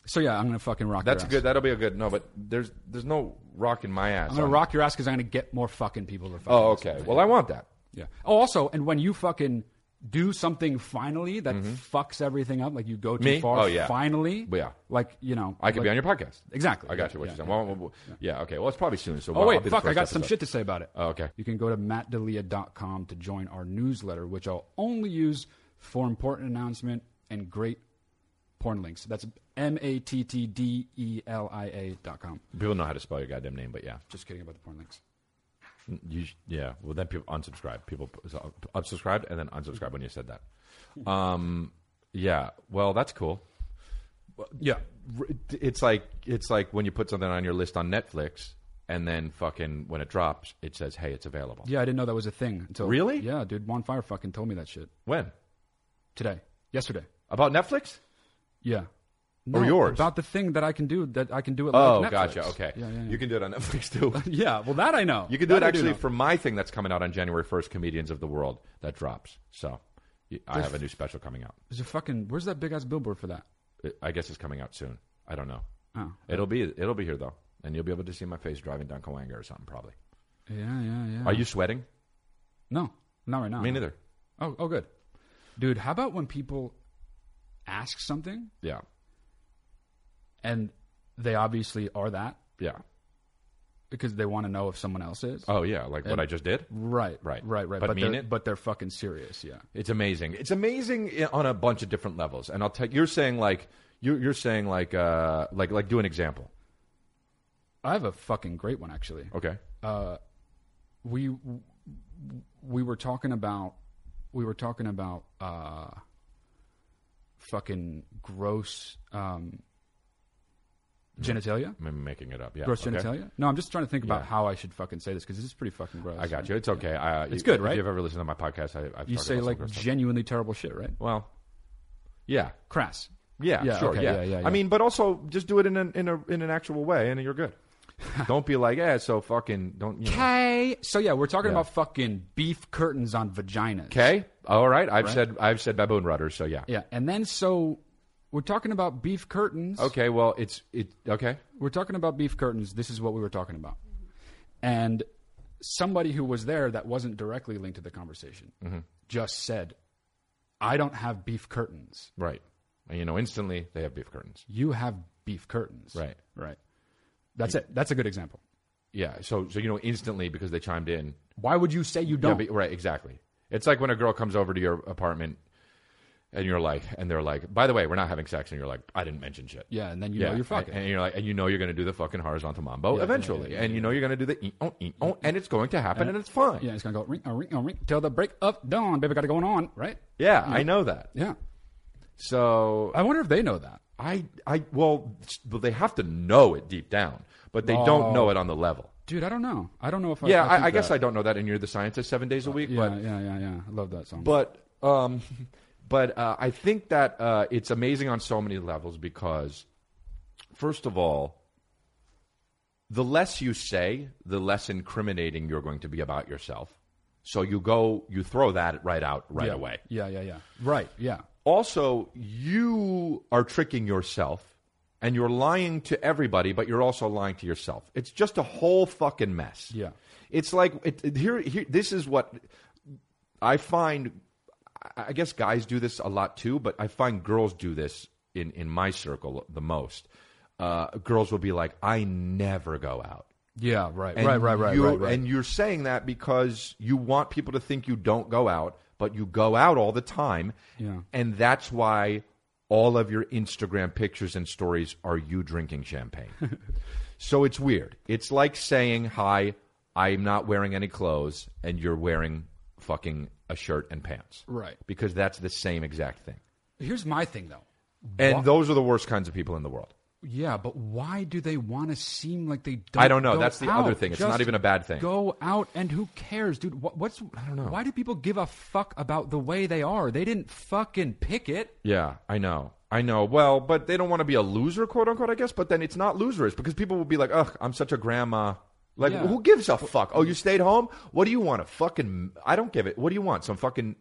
Speaker 2: So yeah, I'm gonna fucking rock.
Speaker 1: That's
Speaker 2: your
Speaker 1: good.
Speaker 2: Ass.
Speaker 1: That'll be a good. No, but there's there's no rock in my ass.
Speaker 2: I'm gonna
Speaker 1: on-
Speaker 2: rock your ass because I'm gonna get more fucking people to. Fucking
Speaker 1: Oh,
Speaker 2: listen
Speaker 1: okay.
Speaker 2: to me.
Speaker 1: Well, I want that.
Speaker 2: yeah. Oh, also, and when you fucking do something finally that fucks everything up, like you go too
Speaker 1: Mm-hmm. Me?
Speaker 2: far.
Speaker 1: Oh, yeah.
Speaker 2: Finally.
Speaker 1: Yeah.
Speaker 2: Like you know.
Speaker 1: I could
Speaker 2: like,
Speaker 1: be on your podcast.
Speaker 2: Exactly.
Speaker 1: I got you. What
Speaker 2: Yeah,
Speaker 1: you're saying. Well, well, well, yeah, okay. Well, it's probably soon. So
Speaker 2: Oh
Speaker 1: well, I'll be
Speaker 2: wait,
Speaker 1: the
Speaker 2: fuck! I
Speaker 1: first
Speaker 2: got some
Speaker 1: episode.
Speaker 2: shit to say about it.
Speaker 1: Oh, okay.
Speaker 2: You can go to mattdelia.com to join our newsletter, which I'll only use for important announcement and great porn links. That's m a t t d e l i a dot com.
Speaker 1: People know how to spell your goddamn name, but yeah.
Speaker 2: Just kidding about the porn links.
Speaker 1: You, sh- yeah. Well, then people unsubscribe. People so, unsubscribed and then unsubscribe when you said that. Um, yeah. Well, that's cool.
Speaker 2: Yeah.
Speaker 1: R- It's like it's like when you put something on your list on Netflix, and then fucking when it drops, it says, "Hey, it's available."
Speaker 2: Yeah, I didn't know that was a thing until
Speaker 1: Really?
Speaker 2: Yeah, dude, Juan Fire fucking told me that shit
Speaker 1: When
Speaker 2: today, yesterday.
Speaker 1: about Netflix?
Speaker 2: Yeah.
Speaker 1: Or yours.
Speaker 2: about the thing that I can do that I can do it.
Speaker 1: Oh,
Speaker 2: like Netflix.
Speaker 1: gotcha. Okay,
Speaker 2: Yeah, yeah, yeah.
Speaker 1: you can do it on Netflix
Speaker 2: [LAUGHS]
Speaker 1: too.
Speaker 2: Yeah, well, that I know.
Speaker 1: You can do
Speaker 2: That
Speaker 1: it
Speaker 2: I
Speaker 1: actually
Speaker 2: know.
Speaker 1: for my thing that's coming out on January first, Comedians of the World that drops. So I have a new special coming out.
Speaker 2: There's a fucking. Where's that big ass billboard for that?
Speaker 1: It- I guess it's coming out soon. I don't know.
Speaker 2: Oh,
Speaker 1: It'll be it'll be here though, and you'll be able to see my face driving down Coanga or something probably.
Speaker 2: yeah, yeah, yeah.
Speaker 1: Are you sweating?
Speaker 2: No, not right now.
Speaker 1: Me neither.
Speaker 2: Oh, oh, good, dude. How about when people ask something
Speaker 1: Yeah,
Speaker 2: and they obviously are that
Speaker 1: yeah.
Speaker 2: because they want to know if someone else is.
Speaker 1: Oh yeah, like what I just did.
Speaker 2: Right,
Speaker 1: Right.
Speaker 2: right, right.
Speaker 1: But mean
Speaker 2: they're,
Speaker 1: it?
Speaker 2: but they're fucking serious. Yeah.
Speaker 1: It's amazing. It's amazing i- on a bunch of different levels. And I'll tell you're saying like you're, you're saying like uh like like do an example.
Speaker 2: I have a fucking great one actually.
Speaker 1: Okay.
Speaker 2: Uh, we we were talking about we were talking about uh fucking gross um genitalia
Speaker 1: I'm making it up. Yeah.
Speaker 2: gross
Speaker 1: okay.
Speaker 2: genitalia no i'm just trying to think about
Speaker 1: Yeah.
Speaker 2: how i should fucking say this because this is pretty fucking gross
Speaker 1: I got you. It's okay. I,
Speaker 2: It's good, right?
Speaker 1: If you've ever listened to my podcast, I, I've
Speaker 2: you
Speaker 1: talked
Speaker 2: say
Speaker 1: about some
Speaker 2: like
Speaker 1: gross stuff.
Speaker 2: genuinely terrible shit right
Speaker 1: well, yeah,
Speaker 2: crass
Speaker 1: yeah,
Speaker 2: Yeah,
Speaker 1: sure,
Speaker 2: okay,
Speaker 1: yeah.
Speaker 2: yeah, yeah, yeah.
Speaker 1: I mean, but also just do it in an in a in an actual way, and you're
Speaker 2: [LAUGHS]
Speaker 1: good. don't be like, yeah, so fucking don't. You know.
Speaker 2: okay so yeah we're talking
Speaker 1: Yeah.
Speaker 2: about fucking beef curtains on vaginas
Speaker 1: Okay. All right. I've said I've said baboon rudders. So yeah.
Speaker 2: yeah and then so we're talking about beef curtains
Speaker 1: Okay. Well, it's it. Okay.
Speaker 2: we're talking about beef curtains. This is what we were talking about. And somebody who was there that wasn't directly linked to the conversation
Speaker 1: Mm-hmm.
Speaker 2: just said, I don't have beef curtains.
Speaker 1: Right. And, you know, instantly they have beef curtains.
Speaker 2: You have beef curtains.
Speaker 1: Right.
Speaker 2: Right. That's it. That's a good example.
Speaker 1: Yeah. So so you know instantly because they chimed in.
Speaker 2: Why would you say you
Speaker 1: Yeah,
Speaker 2: don't?
Speaker 1: but- right. Exactly. It's like when a girl comes over to your apartment, and you're like, and they're like, by the way, we're not having sex, and you're like, I didn't mention shit.
Speaker 2: yeah, and then you know you're fucking.
Speaker 1: and you're like, and you know you're going to do the fucking horizontal mambo eventually, and you know you're going to do the eat, oh, eat, oh, and it's going to happen, and, it's fine.
Speaker 2: yeah, it's going to go ring, a ring, a ring till the break of dawn. Baby got it going on, right?
Speaker 1: Yeah, I know that.
Speaker 2: Yeah.
Speaker 1: So
Speaker 2: I wonder if they know that.
Speaker 1: I, I, well, s- well, they have to know it deep down, but they don't know it on the level.
Speaker 2: Dude, I don't know. I don't know if I.
Speaker 1: Yeah,
Speaker 2: I,
Speaker 1: I, I guess I don't know that, and you're the scientist seven days a week,
Speaker 2: Uh, Yeah,
Speaker 1: but
Speaker 2: yeah, yeah, yeah. I love that song.
Speaker 1: but um, [LAUGHS] but uh, I think that uh, it's amazing on so many levels because, first of all, the less you say, the less incriminating you're going to be about yourself. So you go, you throw that right out right
Speaker 2: yeah.
Speaker 1: away.
Speaker 2: Yeah, yeah, yeah. Right. Yeah.
Speaker 1: Also, you are tricking yourself. And you're lying to everybody, but you're also lying to yourself. It's just a whole fucking mess.
Speaker 2: Yeah.
Speaker 1: it's like it, it- here, here. This is what I find I I guess guys do this a lot too, but I find girls do this in, in my circle the most. Uh, girls will be like, I never go out.
Speaker 2: Yeah, right,
Speaker 1: And
Speaker 2: right, right, right,
Speaker 1: you're-
Speaker 2: right, right.
Speaker 1: And you're saying that because you want people to think you don't go out, but you go out all the time.
Speaker 2: Yeah.
Speaker 1: And that's why all of your Instagram pictures and stories are you drinking
Speaker 2: [LAUGHS]
Speaker 1: champagne. so it's weird. It's like saying, Hi, I'm not wearing any clothes, and you're wearing fucking a shirt and pants.
Speaker 2: Right.
Speaker 1: Because that's the same exact thing.
Speaker 2: Here's my thing, though.
Speaker 1: And those are the worst kinds of people in the world.
Speaker 2: Yeah, but why do they want to seem like they don't?
Speaker 1: I don't know.
Speaker 2: go
Speaker 1: That's the
Speaker 2: out?
Speaker 1: other thing. It's
Speaker 2: Just
Speaker 1: not even a bad thing.
Speaker 2: Go out, and who cares, dude? What, what's I don't know. Why do people give a fuck about the way they are? They didn't fucking pick it.
Speaker 1: Yeah, I know. I know. Well, but they don't want to be a loser, quote unquote, I guess. But then it's not loserish because people will be like, ugh, I'm such a grandma. Like,
Speaker 2: Yeah.
Speaker 1: who gives a fuck? Oh, you stayed home? What do you want? A fucking. I don't give it. What do you want? Some fucking.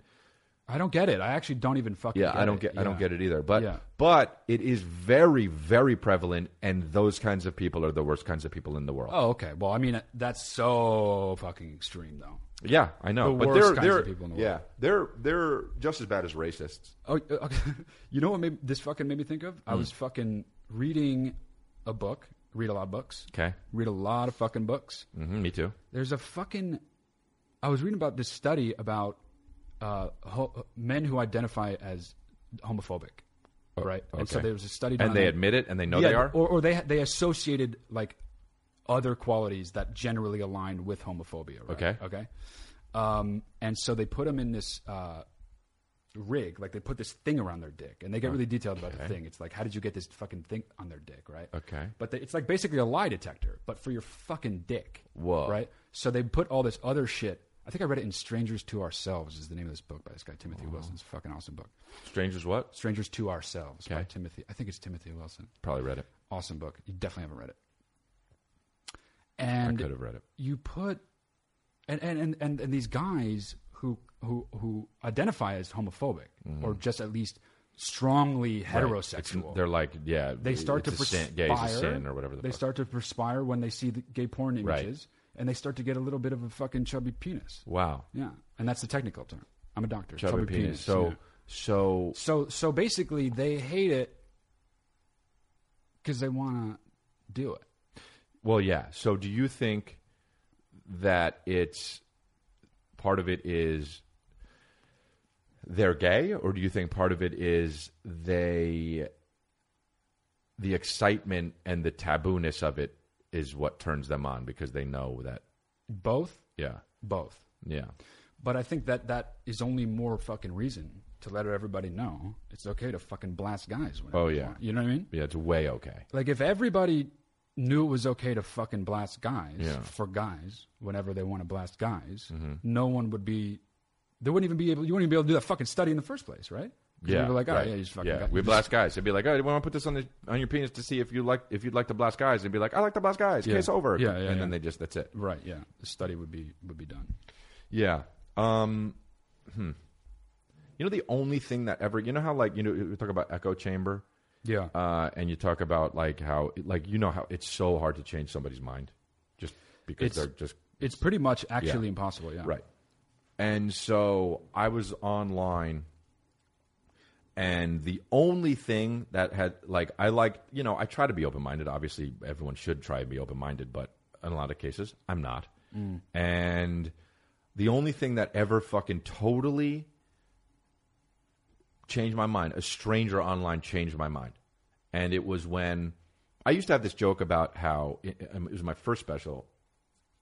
Speaker 2: I don't get it. I actually don't even fucking.
Speaker 1: Yeah,
Speaker 2: get
Speaker 1: I don't
Speaker 2: it.
Speaker 1: get. I don't get it either. But
Speaker 2: Yeah.
Speaker 1: but it is very very prevalent, and those kinds of people are the worst kinds of people in the world.
Speaker 2: Oh, okay. Well, I mean, that's so fucking extreme, though.
Speaker 1: yeah, I know.
Speaker 2: The
Speaker 1: but
Speaker 2: worst
Speaker 1: they're
Speaker 2: kinds
Speaker 1: they're
Speaker 2: of people in the world.
Speaker 1: yeah they're they're just as bad as racists.
Speaker 2: Oh, uh, okay. [LAUGHS] you know what made, this fucking made me think of? I was fucking reading a book. Read a lot of books.
Speaker 1: Okay.
Speaker 2: Read a lot of fucking books.
Speaker 1: Mm-hmm, me too.
Speaker 2: there's a fucking i was reading about this study about uh, ho- men who identify as homophobic right Oh, and so
Speaker 1: okay.
Speaker 2: there was a study done
Speaker 1: And
Speaker 2: on
Speaker 1: they
Speaker 2: them.
Speaker 1: admit it, and Oh, they know
Speaker 2: Um, yeah,
Speaker 1: they are.
Speaker 2: or, or they they associated like other qualities that generally aligned with homophobia right?
Speaker 1: Okay.
Speaker 2: okay um, and so they put them in this uh, rig like they put this thing around their dick and they
Speaker 1: Oh,
Speaker 2: get really detailed about the thing it's like how did you get this fucking thing on their dick right
Speaker 1: Okay.
Speaker 2: but they, it's like basically a lie detector, but for your fucking dick.
Speaker 1: Whoa.
Speaker 2: Right? So they put all this other shit. I think I read it in Strangers to Ourselves is the name of this book by this guy Timothy Wilson. It's a fucking awesome book.
Speaker 1: Strangers, what?
Speaker 2: Strangers to Ourselves by
Speaker 1: Okay.
Speaker 2: Timothy. I think it's Timothy Wilson.
Speaker 1: Probably read it.
Speaker 2: Awesome book. You definitely haven't read it.
Speaker 1: I
Speaker 2: And
Speaker 1: could have read it.
Speaker 2: you put and and, and and and these guys who who who identify as homophobic
Speaker 1: Mm-hmm.
Speaker 2: or just at least strongly heterosexual.
Speaker 1: They're like, yeah,
Speaker 2: they start to
Speaker 1: it's a
Speaker 2: perspire.
Speaker 1: sin, gay is a sin or whatever. The
Speaker 2: they
Speaker 1: fuck.
Speaker 2: start to perspire when they see the gay porn
Speaker 1: Right.
Speaker 2: images, and they start to get a little bit of a fucking chubby penis.
Speaker 1: Wow,
Speaker 2: Yeah, and that's the technical term. I'm a doctor.
Speaker 1: chubby, penis. So,
Speaker 2: yeah.
Speaker 1: so
Speaker 2: so so basically, they hate it because they want to do it.
Speaker 1: Well, yeah. So, do you think that it's part of it is they're gay, or do you think part of it is they the excitement and the tabooness of it is what turns them on because they know that,
Speaker 2: Both,
Speaker 1: yeah,
Speaker 2: both.
Speaker 1: yeah,
Speaker 2: But I think that that is only more fucking reason to let everybody know it's okay to fucking blast guys. whenever
Speaker 1: Oh,
Speaker 2: you
Speaker 1: yeah.
Speaker 2: want. you know what I mean?
Speaker 1: yeah, it's way okay.
Speaker 2: Like if everybody knew it was okay to fucking blast guys
Speaker 1: Yeah. Mm-hmm.
Speaker 2: for guys whenever they want to blast guys, no one would be. They wouldn't even be able. You wouldn't even be able to do that fucking study in the first place, right? 'Cause
Speaker 1: Yeah,
Speaker 2: people are like, oh
Speaker 1: right.
Speaker 2: yeah, you just fucking.
Speaker 1: yeah.
Speaker 2: got-
Speaker 1: we blast guys. They'd be like, oh, we want to put this on the on your penis to see if you like if you'd like to blast guys. And be like, I like to blast guys.
Speaker 2: Yeah.
Speaker 1: Case over.
Speaker 2: Yeah, yeah,
Speaker 1: and
Speaker 2: yeah.
Speaker 1: then they just that's it.
Speaker 2: Right. Yeah. The study would be would be done.
Speaker 1: Yeah. Um, hmm. You know, the only thing that ever, you know how, like, you know, we talk about echo chamber,
Speaker 2: Yeah.
Speaker 1: uh, and you talk about, like, how, like, you know, how it's so hard to change somebody's mind just because
Speaker 2: It's-
Speaker 1: they're just,
Speaker 2: it's pretty much actually impossible. Yeah.
Speaker 1: right. And so I was online, and the only thing that had, like, I like, you know, I try to be open minded. Obviously, everyone should try to be open minded, but in a lot of cases, I'm not. And the only thing that ever fucking totally changed my mind. A stranger online changed my mind, and it was when I used to have this joke about how it, it was my first special.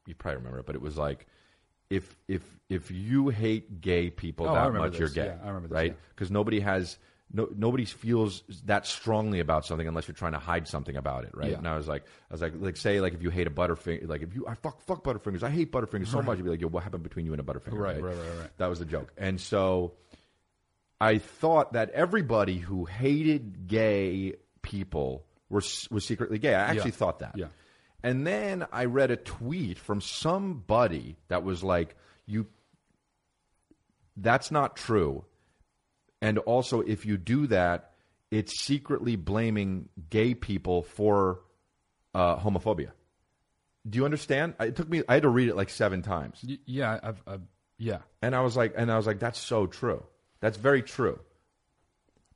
Speaker 1: You probably remember it, but it was like if if if you hate gay people
Speaker 2: Oh, I
Speaker 1: that
Speaker 2: remember
Speaker 1: much, you're
Speaker 2: this.
Speaker 1: gay.
Speaker 2: Yeah, I remember this,
Speaker 1: right
Speaker 2: yeah.
Speaker 1: because nobody has. No, nobody feels that strongly about something unless you're trying to hide something about it, right?
Speaker 2: Yeah.
Speaker 1: And I was like, I was like, like say like if you hate a butterfinger, like if you I fuck fuck butterfingers, I hate butterfingers so much, you'd be like, yo, what happened between you and a butterfinger?
Speaker 2: Right, right, right, right.
Speaker 1: That was the joke, and so I thought that everybody who hated gay people were s- was secretly gay. I actually
Speaker 2: Yeah.
Speaker 1: thought that.
Speaker 2: Yeah.
Speaker 1: And then I read a tweet from somebody that was like, "You, that's not true." And also, if you do that, it's secretly blaming gay people for uh, homophobia. Do you understand? It took me. I had to read it like seven times.
Speaker 2: Y- yeah. I've, I've, yeah.
Speaker 1: And I was like, and I was like, that's so true. That's very true.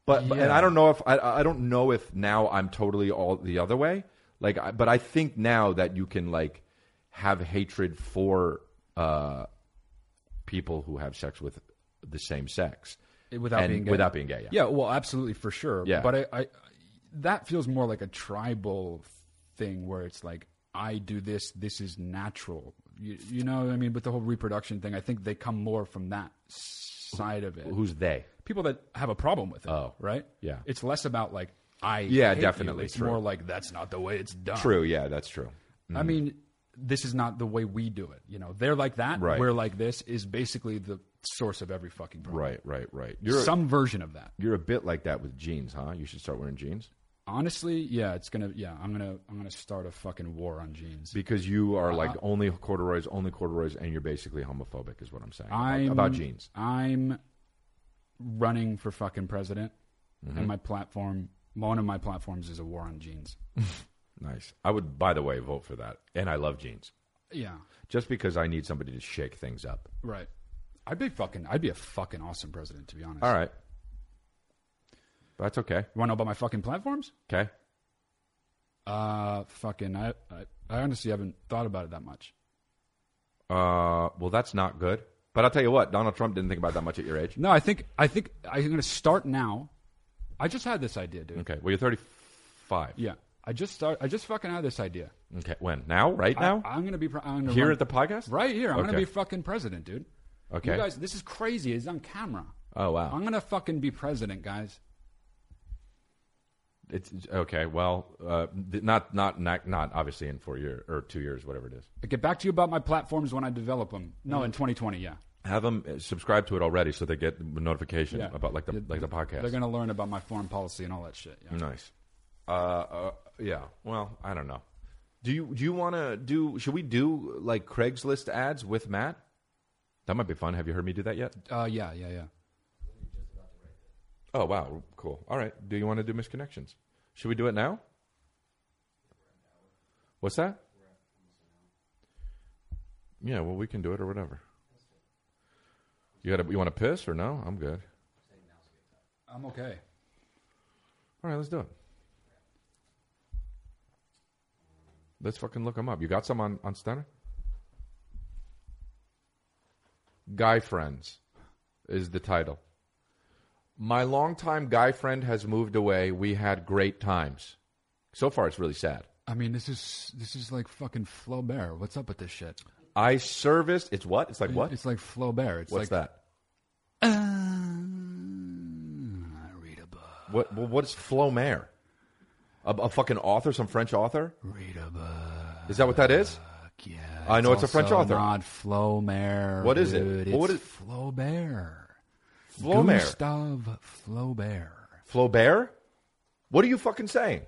Speaker 1: But, but- and
Speaker 2: Yeah.
Speaker 1: I don't know if I, I don't know if now I'm totally all the other way. Like, I, but I think now that you can like have hatred for uh, people who have sex with the same sex
Speaker 2: It- without
Speaker 1: and
Speaker 2: being gay.
Speaker 1: without being gay. Yeah.
Speaker 2: Yeah, well, absolutely for sure.
Speaker 1: Yeah.
Speaker 2: but I, I that feels more like a tribal thing where it's like I do this, this is natural. You, you know, what I mean, with the whole reproduction thing, I think they come more from that side of it.
Speaker 1: Who's they?
Speaker 2: People that have a problem with it,
Speaker 1: Oh,
Speaker 2: right?
Speaker 1: yeah.
Speaker 2: it's less about like I.
Speaker 1: Yeah,
Speaker 2: hate you.
Speaker 1: definitely,
Speaker 2: It's
Speaker 1: true.
Speaker 2: more like that's not the way it's done.
Speaker 1: True. Yeah, that's true.
Speaker 2: I
Speaker 1: Mm-hmm.
Speaker 2: mean, this is not the way we do it. You know, they're like that.
Speaker 1: Right.
Speaker 2: We're like this. Is basically the source of every fucking problem.
Speaker 1: Right. Right. Right. You're
Speaker 2: Some version of that.
Speaker 1: you're a bit like that with jeans, huh? You should start wearing jeans
Speaker 2: Honestly, yeah, it's gonna. Yeah, I'm gonna. I'm gonna start a fucking war on jeans.
Speaker 1: because you
Speaker 2: Uh-huh.
Speaker 1: are like only corduroys, only corduroys, and you're basically homophobic, is what I'm saying about-
Speaker 2: I'm
Speaker 1: about jeans.
Speaker 2: I'm running for fucking president,
Speaker 1: Mm-hmm.
Speaker 2: and my platform. One of my platforms is a war on jeans.
Speaker 1: Nice. I would, by the way, vote for that. And I love jeans,
Speaker 2: yeah,
Speaker 1: just because I need somebody to shake things up.
Speaker 2: right. I'd be fucking. I'd be a fucking awesome president, to be honest.
Speaker 1: All right, that's okay.
Speaker 2: You want to know about my fucking platforms?
Speaker 1: Okay.
Speaker 2: Uh, fucking. I, I. I honestly haven't thought about it that much.
Speaker 1: Uh, well, that's not good. But I'll tell you what, Donald Trump didn't think about that much at your age.
Speaker 2: No, I think. I think I'm gonna start now. I just had this idea, dude.
Speaker 1: Okay. Well, you're 35.
Speaker 2: Yeah, I just start. I just fucking had this idea.
Speaker 1: Okay. When? Now? Right now?
Speaker 2: I, am gonna be. pro- I'm gonna
Speaker 1: Here
Speaker 2: run-
Speaker 1: at the podcast?
Speaker 2: Right here. I'm
Speaker 1: Okay.
Speaker 2: gonna be fucking president, dude.
Speaker 1: Okay.
Speaker 2: You guys, this is crazy. It's on camera.
Speaker 1: Oh, wow.
Speaker 2: I'm gonna fucking be president, guys.
Speaker 1: It's okay. Well, uh, th- not not not not obviously in four years or two years, whatever it is.
Speaker 2: I get back to you about my platforms when I develop them. No, in 2020, yeah.
Speaker 1: Have them subscribe to it already, so they get notification
Speaker 2: yeah.
Speaker 1: about like the
Speaker 2: Yeah,
Speaker 1: like the podcast.
Speaker 2: They're gonna learn about my foreign policy and all that shit. Yeah.
Speaker 1: Nice. Uh, uh, yeah. Well, I don't know. Do you do you want to do? Should we do like Craigslist ads with Matt? That might be fun. Have you heard me do that yet?
Speaker 2: Uh, yeah, yeah, yeah.
Speaker 1: Oh wow, cool. All right. Do you want to do misconnections? Should we do it now? What's that? Yeah, well, we can do it or whatever. You got you want to piss or no? I'm good.
Speaker 2: I'm okay.
Speaker 1: All right, let's do it. Let's fucking look them up. You got some on on Steiner? Guy friends is the title. My longtime guy friend has moved away. We had great times. So far, it's really sad.
Speaker 2: I mean, this is this is like fucking Flaubert. What's up with this shit?
Speaker 1: I serviced. It's what? It's like what?
Speaker 2: It's like Flaubert. It's
Speaker 1: What's
Speaker 2: like
Speaker 1: that?
Speaker 2: Um, I read a book.
Speaker 1: What? Well, what's Flaubert? A, a fucking author? Some French author?
Speaker 2: Read a book.
Speaker 1: Is that what that is?
Speaker 2: Yeah.
Speaker 1: I know it's a French author.
Speaker 2: also Not Flaubert.
Speaker 1: What is it?
Speaker 2: dude.
Speaker 1: Well, what
Speaker 2: It's
Speaker 1: is-
Speaker 2: Flaubert?
Speaker 1: Flaubert.
Speaker 2: Gustave Flaubert.
Speaker 1: Flaubert? What are you fucking saying?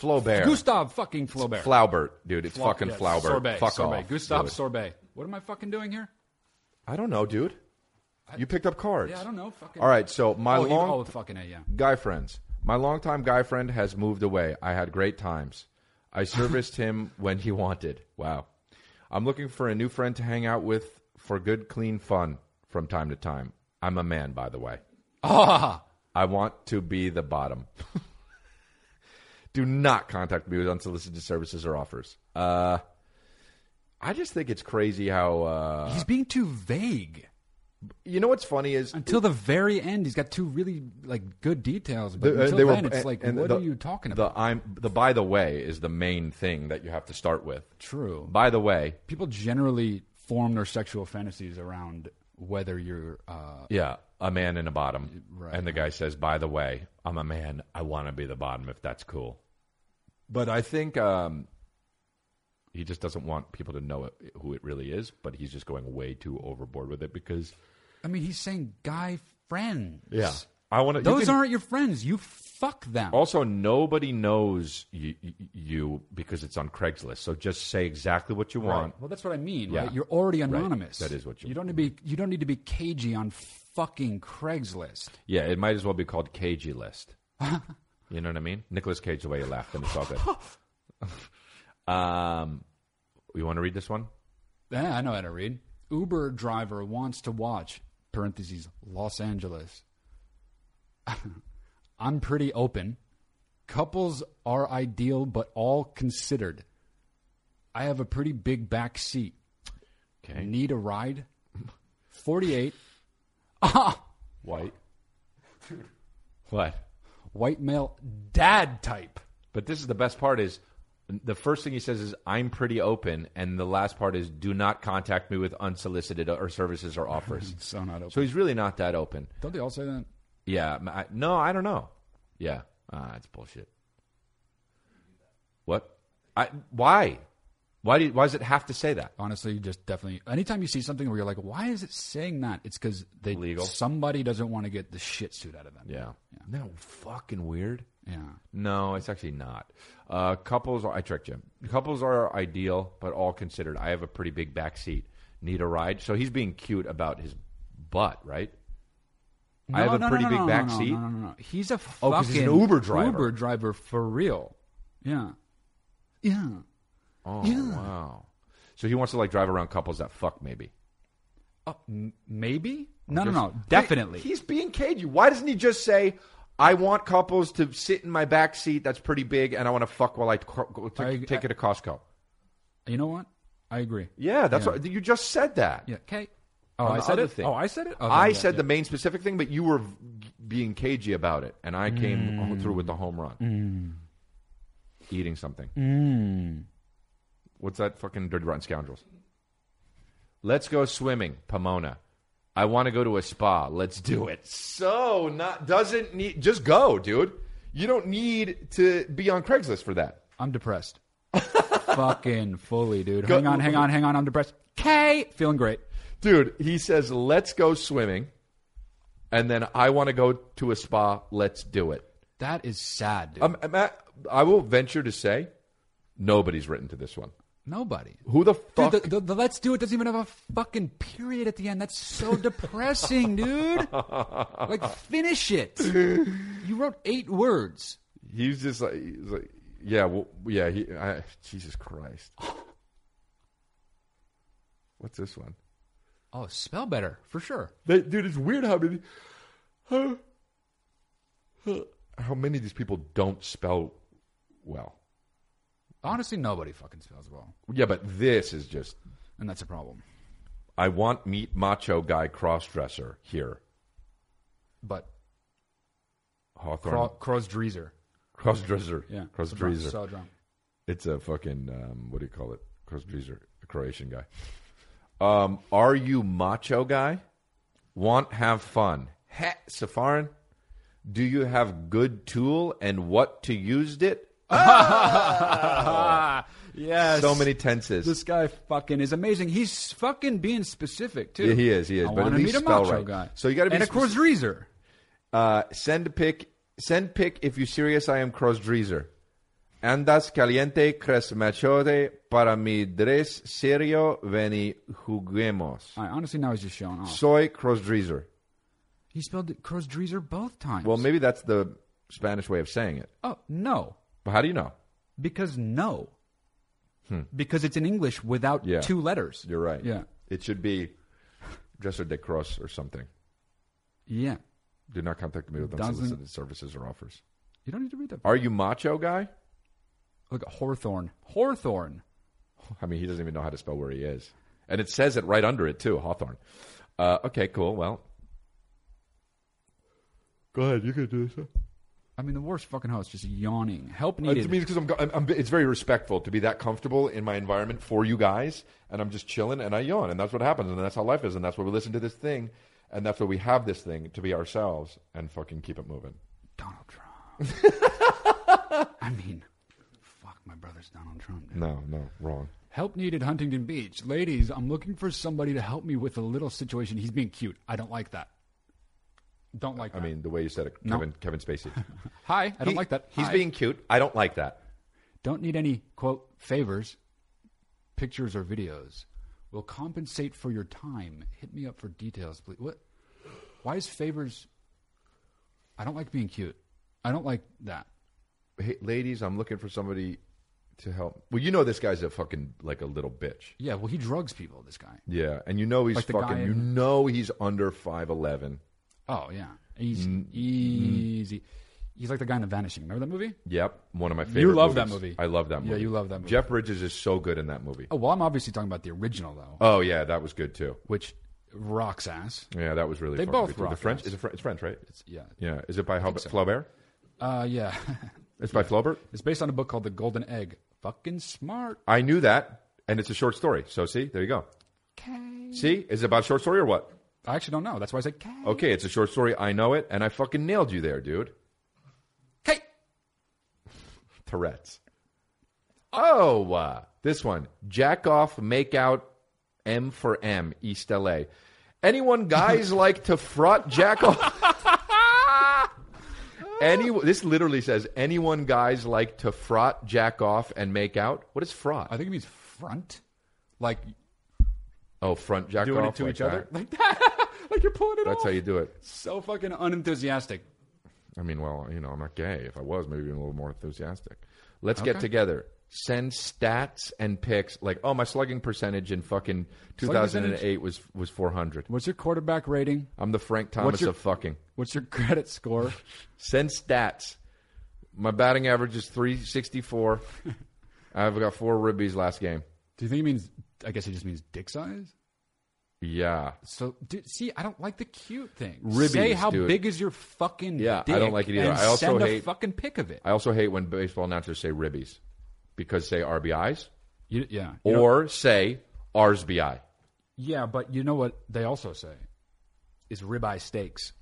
Speaker 1: Flaubert.
Speaker 2: Gustave fucking Flaubert.
Speaker 1: Flaubert, dude. It's
Speaker 2: Fla-
Speaker 1: fucking
Speaker 2: yes,
Speaker 1: Flaubert.
Speaker 2: Sorbet.
Speaker 1: Fuck
Speaker 2: sorbet.
Speaker 1: off.
Speaker 2: Gustave
Speaker 1: dude.
Speaker 2: Sorbet. What am I fucking doing here?
Speaker 1: I don't know, dude. You picked up cards.
Speaker 2: Yeah, I don't know. Fucking.
Speaker 1: All right, so my
Speaker 2: oh, you-
Speaker 1: long
Speaker 2: oh, fucking a yeah.
Speaker 1: guy friends. My longtime guy friend has moved away. I had great times. I
Speaker 2: [LAUGHS]
Speaker 1: serviced him when he wanted. Wow. I'm looking for a new friend to hang out with for good, clean fun from time to time. I'm a man, by the way.
Speaker 2: Ah,
Speaker 1: I want to be the bottom. [LAUGHS] Do not contact me with unsolicited services or offers. Uh, I just think it's crazy how. Uh,
Speaker 2: he's being too vague.
Speaker 1: you know what's funny is
Speaker 2: Until the very end, he's got two really like good details. But
Speaker 1: The- uh,
Speaker 2: until
Speaker 1: they were-
Speaker 2: then, it's
Speaker 1: and-
Speaker 2: like,
Speaker 1: and
Speaker 2: what
Speaker 1: the-
Speaker 2: are you talking
Speaker 1: the
Speaker 2: about?
Speaker 1: I'm the by the way is the main thing that you have to start with.
Speaker 2: True.
Speaker 1: By the way,
Speaker 2: People generally form their sexual fantasies around whether you're. Uh,
Speaker 1: yeah, a man in a bottom,
Speaker 2: Right.
Speaker 1: and the guy says, "By the way, I'm a man. I want to be the bottom if that's cool." But I think um, he just doesn't want people to know it, who it really is. But he's just going way too overboard with it because
Speaker 2: I mean, he's saying guy friends.
Speaker 1: I want to.
Speaker 2: Those aren't your friends. You fuck them.
Speaker 1: Also, nobody knows you, you because it's on Craigslist. So just say exactly what you want.
Speaker 2: Well, that's what I mean.
Speaker 1: Yeah.
Speaker 2: Right? You're already
Speaker 1: Right.
Speaker 2: anonymous.
Speaker 1: That is what you-
Speaker 2: You don't need to be. You don't need to be cagey on fucking Craigslist.
Speaker 1: Yeah, it might as well be called Cagey List. you know what I mean? Nicholas Cage, the way you laughed, and it's all good. um, you want to read this one?
Speaker 2: Yeah, Eh, I know how to read. Uber driver wants to watch parentheses Los Angeles. [LAUGHS] I'm pretty open. Couples are ideal, but all considered. I have a pretty big back seat.
Speaker 1: Okay.
Speaker 2: Need a ride? Ah, 48.
Speaker 1: White. what?
Speaker 2: White male dad type.
Speaker 1: But this is the best part is the first thing he says is I'm pretty open, and the last part is do not contact me with unsolicited uh, or services or
Speaker 2: [LAUGHS]
Speaker 1: offers.
Speaker 2: So not open.
Speaker 1: so he's really not that open.
Speaker 2: Don't they all say that?
Speaker 1: Yeah. m- I, no, I don't know. Yeah. Ah, it's bullshit. What? I why? Why do you, why does it have to say that?
Speaker 2: Honestly, you just definitely. Anytime you see something where you're like, "Why is it saying that?" It's because they
Speaker 1: Legal.
Speaker 2: somebody doesn't want to get the shit suit out of them.
Speaker 1: Yeah. No, fucking weird.
Speaker 2: yeah.
Speaker 1: No, it's actually not. Uh, couples are I tricked you. Couples are ideal, but all considered. I have a pretty big back seat. Need a ride? So he's being cute about his butt, right? I have
Speaker 2: No,
Speaker 1: a
Speaker 2: no, no,
Speaker 1: pretty
Speaker 2: no,
Speaker 1: big
Speaker 2: no,
Speaker 1: back
Speaker 2: no,
Speaker 1: seat.
Speaker 2: No, no, no, no. He's a
Speaker 1: Oh,
Speaker 2: fucking
Speaker 1: 'cause he's an Uber driver.
Speaker 2: Uber driver for real. Yeah. Yeah.
Speaker 1: Oh wow. So he wants to like drive around couples that fuck maybe.
Speaker 2: Uh, m- maybe? No, no,
Speaker 1: Just-
Speaker 2: no. Definitely.
Speaker 1: He's being cagey. Why doesn't he just say, "I want couples to sit in my back seat that's pretty big, and I want to fuck while I co- go t-
Speaker 2: I-
Speaker 1: take it to Costco"?
Speaker 2: you know what? I agree.
Speaker 1: Yeah, that's what you just said. That.
Speaker 2: Yeah. Okay. Oh,
Speaker 1: On
Speaker 2: I
Speaker 1: the
Speaker 2: said
Speaker 1: other
Speaker 2: it.
Speaker 1: thing.
Speaker 2: Oh, I said it. Oh,
Speaker 1: I
Speaker 2: yeah,
Speaker 1: said
Speaker 2: yeah.
Speaker 1: the main specific thing, but you were v- being cagey about it, and I came ho- through with the home run. Eating something. What's that fucking dirty rotten scoundrels? Let's go swimming, Pomona. I want to go to a spa. Let's do it. So not doesn't need just go, dude. You don't need to be on Craigslist for that. [LAUGHS]
Speaker 2: I'm depressed. fucking fully, dude.
Speaker 1: Go-
Speaker 2: hang
Speaker 1: [LAUGHS]
Speaker 2: on, hang on, hang on. I'm depressed. Okay. Feeling great.
Speaker 1: Dude, he says, "Let's go swimming." And then I want to go to a spa. Let's do it.
Speaker 2: That is sad, dude.
Speaker 1: uh, Um, Matt, I will venture to say nobody's written to this one.
Speaker 2: Nobody.
Speaker 1: Who the fuck?
Speaker 2: Dude, the, the, the Let's Do It doesn't even have a fucking period at the end.
Speaker 1: [LAUGHS]
Speaker 2: That's so depressing, dude. Like,
Speaker 1: [LAUGHS]
Speaker 2: finish it. You wrote eight words.
Speaker 1: he's just like, he's like yeah, well, yeah. He, I, Jesus [SIGHS] Christ. What's this one?
Speaker 2: Oh, spell better, for sure.
Speaker 1: They, dude, it's weird how many how, [SIGHS] how many of these people don't spell well.
Speaker 2: Honestly, nobody fucking spells well.
Speaker 1: Yeah, but this is just
Speaker 2: And that's a problem.
Speaker 1: I want meat macho guy crossdresser here.
Speaker 2: But
Speaker 1: Hawthorne
Speaker 2: Cro- Cross Dreezer.
Speaker 1: crossdresser.
Speaker 2: Yeah.
Speaker 1: Crossdresser.
Speaker 2: So drunk.
Speaker 1: It's a fucking um, what do you call it? Crossdresser, a Croatian guy. Um, are you macho guy? Want have fun? Heh, Safarin. Do you have good tool and what to used it?
Speaker 2: Ah, yes.
Speaker 1: So many tenses.
Speaker 2: This guy fucking is amazing. He's fucking being specific too.
Speaker 1: Yeah, he is, he is,
Speaker 2: I
Speaker 1: but at
Speaker 2: wanna
Speaker 1: least
Speaker 2: meet a
Speaker 1: spell
Speaker 2: macho
Speaker 1: right.
Speaker 2: guy.
Speaker 1: So you gotta be
Speaker 2: and a
Speaker 1: spec-
Speaker 2: Crossdreezer.
Speaker 1: Uh, send pic. Send pic if you serious. I am crossdresser. Andas caliente, cres machote para mi dres serio veni juguemos.
Speaker 2: I honestly now he's just showing off.
Speaker 1: Soy crossdresser.
Speaker 2: He spelled it Crossdreezer both times.
Speaker 1: Well, maybe that's the Spanish way of saying it.
Speaker 2: oh no,
Speaker 1: But how do you know?
Speaker 2: because no, because it's in English without
Speaker 1: Hmm. Yeah.
Speaker 2: two letters.
Speaker 1: You're right.
Speaker 2: Yeah,
Speaker 1: It should be dresser de cross or something.
Speaker 2: yeah.
Speaker 1: Do not contact me with
Speaker 2: Doesn't-
Speaker 1: unsolicited services or offers.
Speaker 2: You don't need to read that.
Speaker 1: Are you macho guy?
Speaker 2: Look at Hawthorne. Hawthorne.
Speaker 1: I mean, he doesn't even know how to spell where he is. And it says it right under it, too Hawthorne. Uh, okay, cool. Well, go ahead. You can do this.
Speaker 2: I mean, the worst fucking host, just yawning. Help
Speaker 1: I Uh, mean,
Speaker 2: needed.
Speaker 1: because I'm, I'm, I'm, it's very respectful to be that comfortable in my environment for you guys, and I'm just chilling and I yawn, and that's what happens, and that's how life is, and that's why we listen to this thing, and that's why we have this thing to be ourselves and fucking keep it moving. [LAUGHS]
Speaker 2: Donald Trump. I mean, fuck, my brother's Donald Trump. Dude.
Speaker 1: No, no, wrong.
Speaker 2: Help needed Huntington Beach. Ladies, I'm looking for somebody to help me with a little situation. He's being cute. I don't like that. Don't like
Speaker 1: I
Speaker 2: that.
Speaker 1: mean, the way you said it,
Speaker 2: No.
Speaker 1: Kevin, Kevin [LAUGHS] Spacey.
Speaker 2: hi, I don't
Speaker 1: He-
Speaker 2: like that.
Speaker 1: He's
Speaker 2: Hi.
Speaker 1: being cute. I don't like that.
Speaker 2: Don't need any, quote, favors, pictures, or videos. Will compensate for your time. Hit me up for details, please. What? Why is favors. I don't like being cute. I don't like that.
Speaker 1: Hey, ladies, I'm looking for somebody to help. Well, you know this guy's a fucking like a little bitch.
Speaker 2: Yeah, well, he drugs people, this guy.
Speaker 1: Yeah, and you know he's
Speaker 2: Like the guy
Speaker 1: fucking. You
Speaker 2: in-
Speaker 1: know he's under five eleven.
Speaker 2: Oh yeah, easy, easy. He's like the guy in The Vanishing. Remember that movie?
Speaker 1: Yep, one of my favorite.
Speaker 2: love that
Speaker 1: movies.
Speaker 2: movie.
Speaker 1: I love that
Speaker 2: Yeah,
Speaker 1: movie.
Speaker 2: you love that movie.
Speaker 1: Jeff Bridges is so good in that movie.
Speaker 2: Oh well, I'm obviously talking about the original though,
Speaker 1: Oh yeah, that was good too.
Speaker 2: which rocks ass.
Speaker 1: Yeah, that was really.
Speaker 2: They
Speaker 1: fucking
Speaker 2: both
Speaker 1: good, too. The
Speaker 2: rock
Speaker 1: French
Speaker 2: ass.
Speaker 1: is it French, it's French, right?
Speaker 2: It's, yeah,
Speaker 1: Yeah, is it by Hubert Flaubert?
Speaker 2: uh, yeah. [LAUGHS]
Speaker 1: It's by Flaubert.
Speaker 2: it's based on a book called The Golden Egg. Fucking smart.
Speaker 1: I knew that, and it's a short story. So see, there you go.
Speaker 2: Okay.
Speaker 1: See, is it about a short story or what?
Speaker 2: I actually don't know. That's why I said K.
Speaker 1: Okay, it's a short story. I know it, and I fucking nailed you there, dude.
Speaker 2: K.
Speaker 1: Tourette's. Oh, uh, this one. Jack off, make out, M for M, East LA. Anyone
Speaker 2: [LAUGHS]
Speaker 1: guys like to frot jack off? Any, this literally says, anyone guys like to frot, jack off, and make out? What is
Speaker 2: I
Speaker 1: frot?
Speaker 2: think it means front, like
Speaker 1: Oh, front jack
Speaker 2: doing
Speaker 1: off.
Speaker 2: it to
Speaker 1: like
Speaker 2: each
Speaker 1: that.
Speaker 2: other, [LAUGHS] like that, like you're pulling it
Speaker 1: That's
Speaker 2: off.
Speaker 1: how you do it.
Speaker 2: so fucking unenthusiastic.
Speaker 1: I mean, well, you know, I'm not gay. If I was, maybe even a little more enthusiastic. Let's get together. Send stats and pics. Like, oh, my slugging percentage in fucking 2008 was was 400.
Speaker 2: What's your quarterback rating?
Speaker 1: I'm the Frank Thomas
Speaker 2: your-
Speaker 1: of fucking.
Speaker 2: What's your [LAUGHS] credit score?
Speaker 1: Send stats. My batting average is
Speaker 2: [LAUGHS]
Speaker 1: 364. I've got four ribbies last game.
Speaker 2: Do you think it means? I guess it just means dick size.
Speaker 1: Yeah,
Speaker 2: So, dude, see, I don't like the cute thing.
Speaker 1: Ribbies,
Speaker 2: Say how
Speaker 1: dude.
Speaker 2: big is your fucking
Speaker 1: Yeah, I
Speaker 2: dick
Speaker 1: don't like it either.
Speaker 2: and
Speaker 1: I also
Speaker 2: send a
Speaker 1: hate-
Speaker 2: fucking pic of it.
Speaker 1: I also hate when baseball announcers say ribbies because say RBIs
Speaker 2: You- yeah, you know-
Speaker 1: or say RSBI.
Speaker 2: yeah, but you know what they also say is ribeye steaks.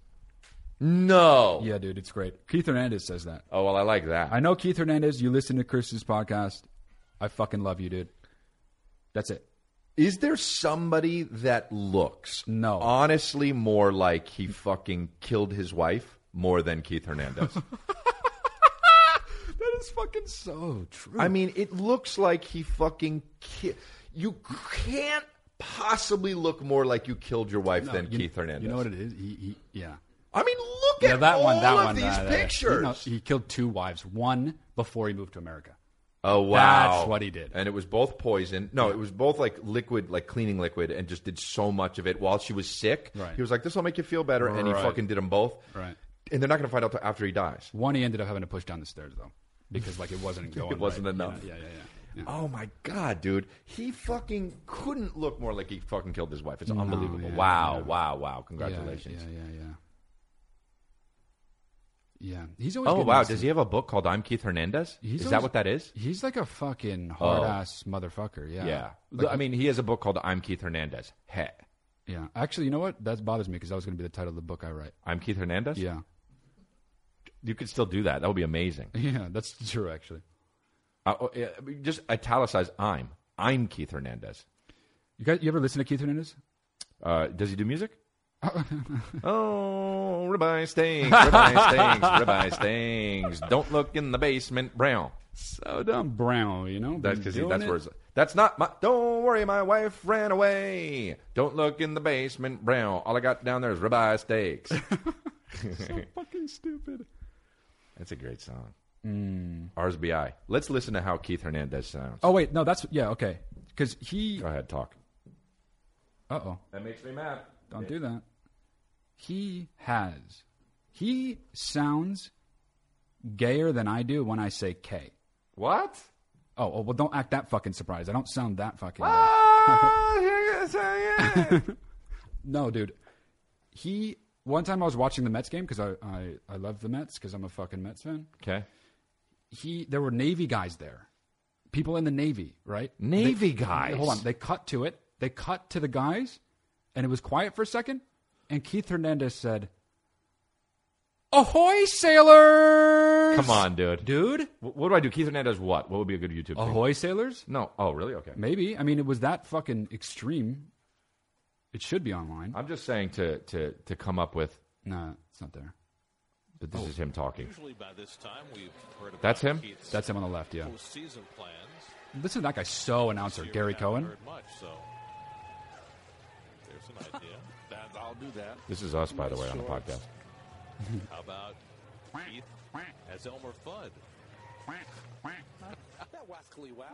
Speaker 1: No.
Speaker 2: Yeah, dude, it's great. Keith Hernandez says that.
Speaker 1: Oh well, I like that.
Speaker 2: I know Keith Hernandez. You listen to Chris's podcast. I fucking love you, dude. That's it.
Speaker 1: Is there somebody that looks
Speaker 2: No.
Speaker 1: honestly more like he
Speaker 2: [LAUGHS]
Speaker 1: fucking killed his wife more than Keith Hernandez?
Speaker 2: That is is fucking so true.
Speaker 1: I mean, it looks like he fucking. Ki- you can't possibly look more like you killed your wife than
Speaker 2: You-
Speaker 1: Keith Hernandez.
Speaker 2: You know what it is? He, he yeah.
Speaker 1: I mean, look
Speaker 2: Yeah,
Speaker 1: at
Speaker 2: that
Speaker 1: all
Speaker 2: one. That
Speaker 1: of
Speaker 2: one.
Speaker 1: these
Speaker 2: that- that-
Speaker 1: pictures.
Speaker 2: you know, he killed two wives. One before he moved to America.
Speaker 1: oh wow,
Speaker 2: That's what he did.
Speaker 1: And it was both poison. No, it was both like liquid, like cleaning liquid, and just did so much of it while she was sick.
Speaker 2: Right.
Speaker 1: He was like, "This will make you feel better," and he
Speaker 2: Right.
Speaker 1: fucking did them both.
Speaker 2: Right.
Speaker 1: And they're not going to find out till after he dies.
Speaker 2: One he ended up having to push down the stairs though, because like it wasn't
Speaker 1: [LAUGHS]
Speaker 2: going.
Speaker 1: It wasn't
Speaker 2: right, you
Speaker 1: enough.
Speaker 2: know? Yeah, yeah, yeah. yeah.
Speaker 1: Oh my god, dude! He fucking couldn't look more like he fucking killed his wife. It's unbelievable. wow, wow, wow! Congratulations.
Speaker 2: Yeah, yeah, yeah. Yeah, Yeah. he's always.
Speaker 1: Oh
Speaker 2: getting
Speaker 1: wow!
Speaker 2: these
Speaker 1: Does he have a book called "I'm Keith Hernandez"?
Speaker 2: He's
Speaker 1: is that
Speaker 2: always-
Speaker 1: what that is? Oh.
Speaker 2: He's like a fucking hard ass motherfucker. Yeah.
Speaker 1: Yeah. I mean, he has a book called "I'm Keith Hernandez." Heh.
Speaker 2: Yeah. Actually, you know what? That bothers me because that was going to be the title of the book I write.
Speaker 1: I'm Keith Hernandez.
Speaker 2: Yeah. [LAUGHS]
Speaker 1: You could still do that. That would be amazing.
Speaker 2: Yeah, that's true. Actually,
Speaker 1: Uh, oh, yeah, I mean, just italicize "I'm." I'm Keith Hernandez.
Speaker 2: you guys, you ever listen to Keith Hernandez?
Speaker 1: Uh, does he do music? oh, ribeye stings, ribeye stings, ribeye stings. Don't look in the basement, Brown.
Speaker 2: So dumb brown, you know.
Speaker 1: That's
Speaker 2: Been
Speaker 1: because
Speaker 2: doing
Speaker 1: that's
Speaker 2: it.
Speaker 1: where. It's, that's not my. Don't worry, my wife ran away. Don't look in the basement, Brown. All I got down there is ribeye steaks.
Speaker 2: fucking stupid.
Speaker 1: that's a great song. Mm. RSBI. Let's listen to how Keith Hernandez sounds.
Speaker 2: Oh wait, no, that's yeah, okay. Because he,
Speaker 1: Go ahead, talk.
Speaker 2: uh oh,
Speaker 1: That makes me mad.
Speaker 2: don't do that. He has, he sounds gayer than I do when I say K.
Speaker 1: What?
Speaker 2: Oh, oh well, don't act that fucking surprised. I don't sound that fucking.
Speaker 1: Ah, here you say it.
Speaker 2: No, dude. He one time I was watching the Mets game because I, I I love the Mets because I'm a fucking Mets fan.
Speaker 1: okay.
Speaker 2: He there were Navy guys there, people in the Navy, right?
Speaker 1: Navy
Speaker 2: They-
Speaker 1: guys.
Speaker 2: Hold on, they cut to it. They cut to the guys, and it was quiet for a second. And Keith Hernandez said, "Ahoy, sailors!"
Speaker 1: Come on, dude.
Speaker 2: dude.
Speaker 1: Wh- What do I do? Keith Hernandez. What? What would be a good YouTube? thing?
Speaker 2: Ahoy, sailors.
Speaker 1: No. Oh, really? Okay.
Speaker 2: Maybe I mean it was that fucking extreme. It should be online.
Speaker 1: I'm just saying to to to come up with.
Speaker 2: No, it's not there.
Speaker 1: But this is him talking.
Speaker 5: Usually by this time we've heard about
Speaker 1: That's him?
Speaker 5: Keith's
Speaker 2: That's him on the left. Yeah.
Speaker 5: postseason plans.
Speaker 2: Listen to that guy, so announcer
Speaker 5: Here
Speaker 2: Gary
Speaker 5: we haven't
Speaker 2: Cohen.
Speaker 5: Heard much, so there's an idea. [LAUGHS] that, I'll do that.
Speaker 1: This is us, by the way, on the podcast.
Speaker 5: How about Keith as Elmer Fudd? that wascally wow.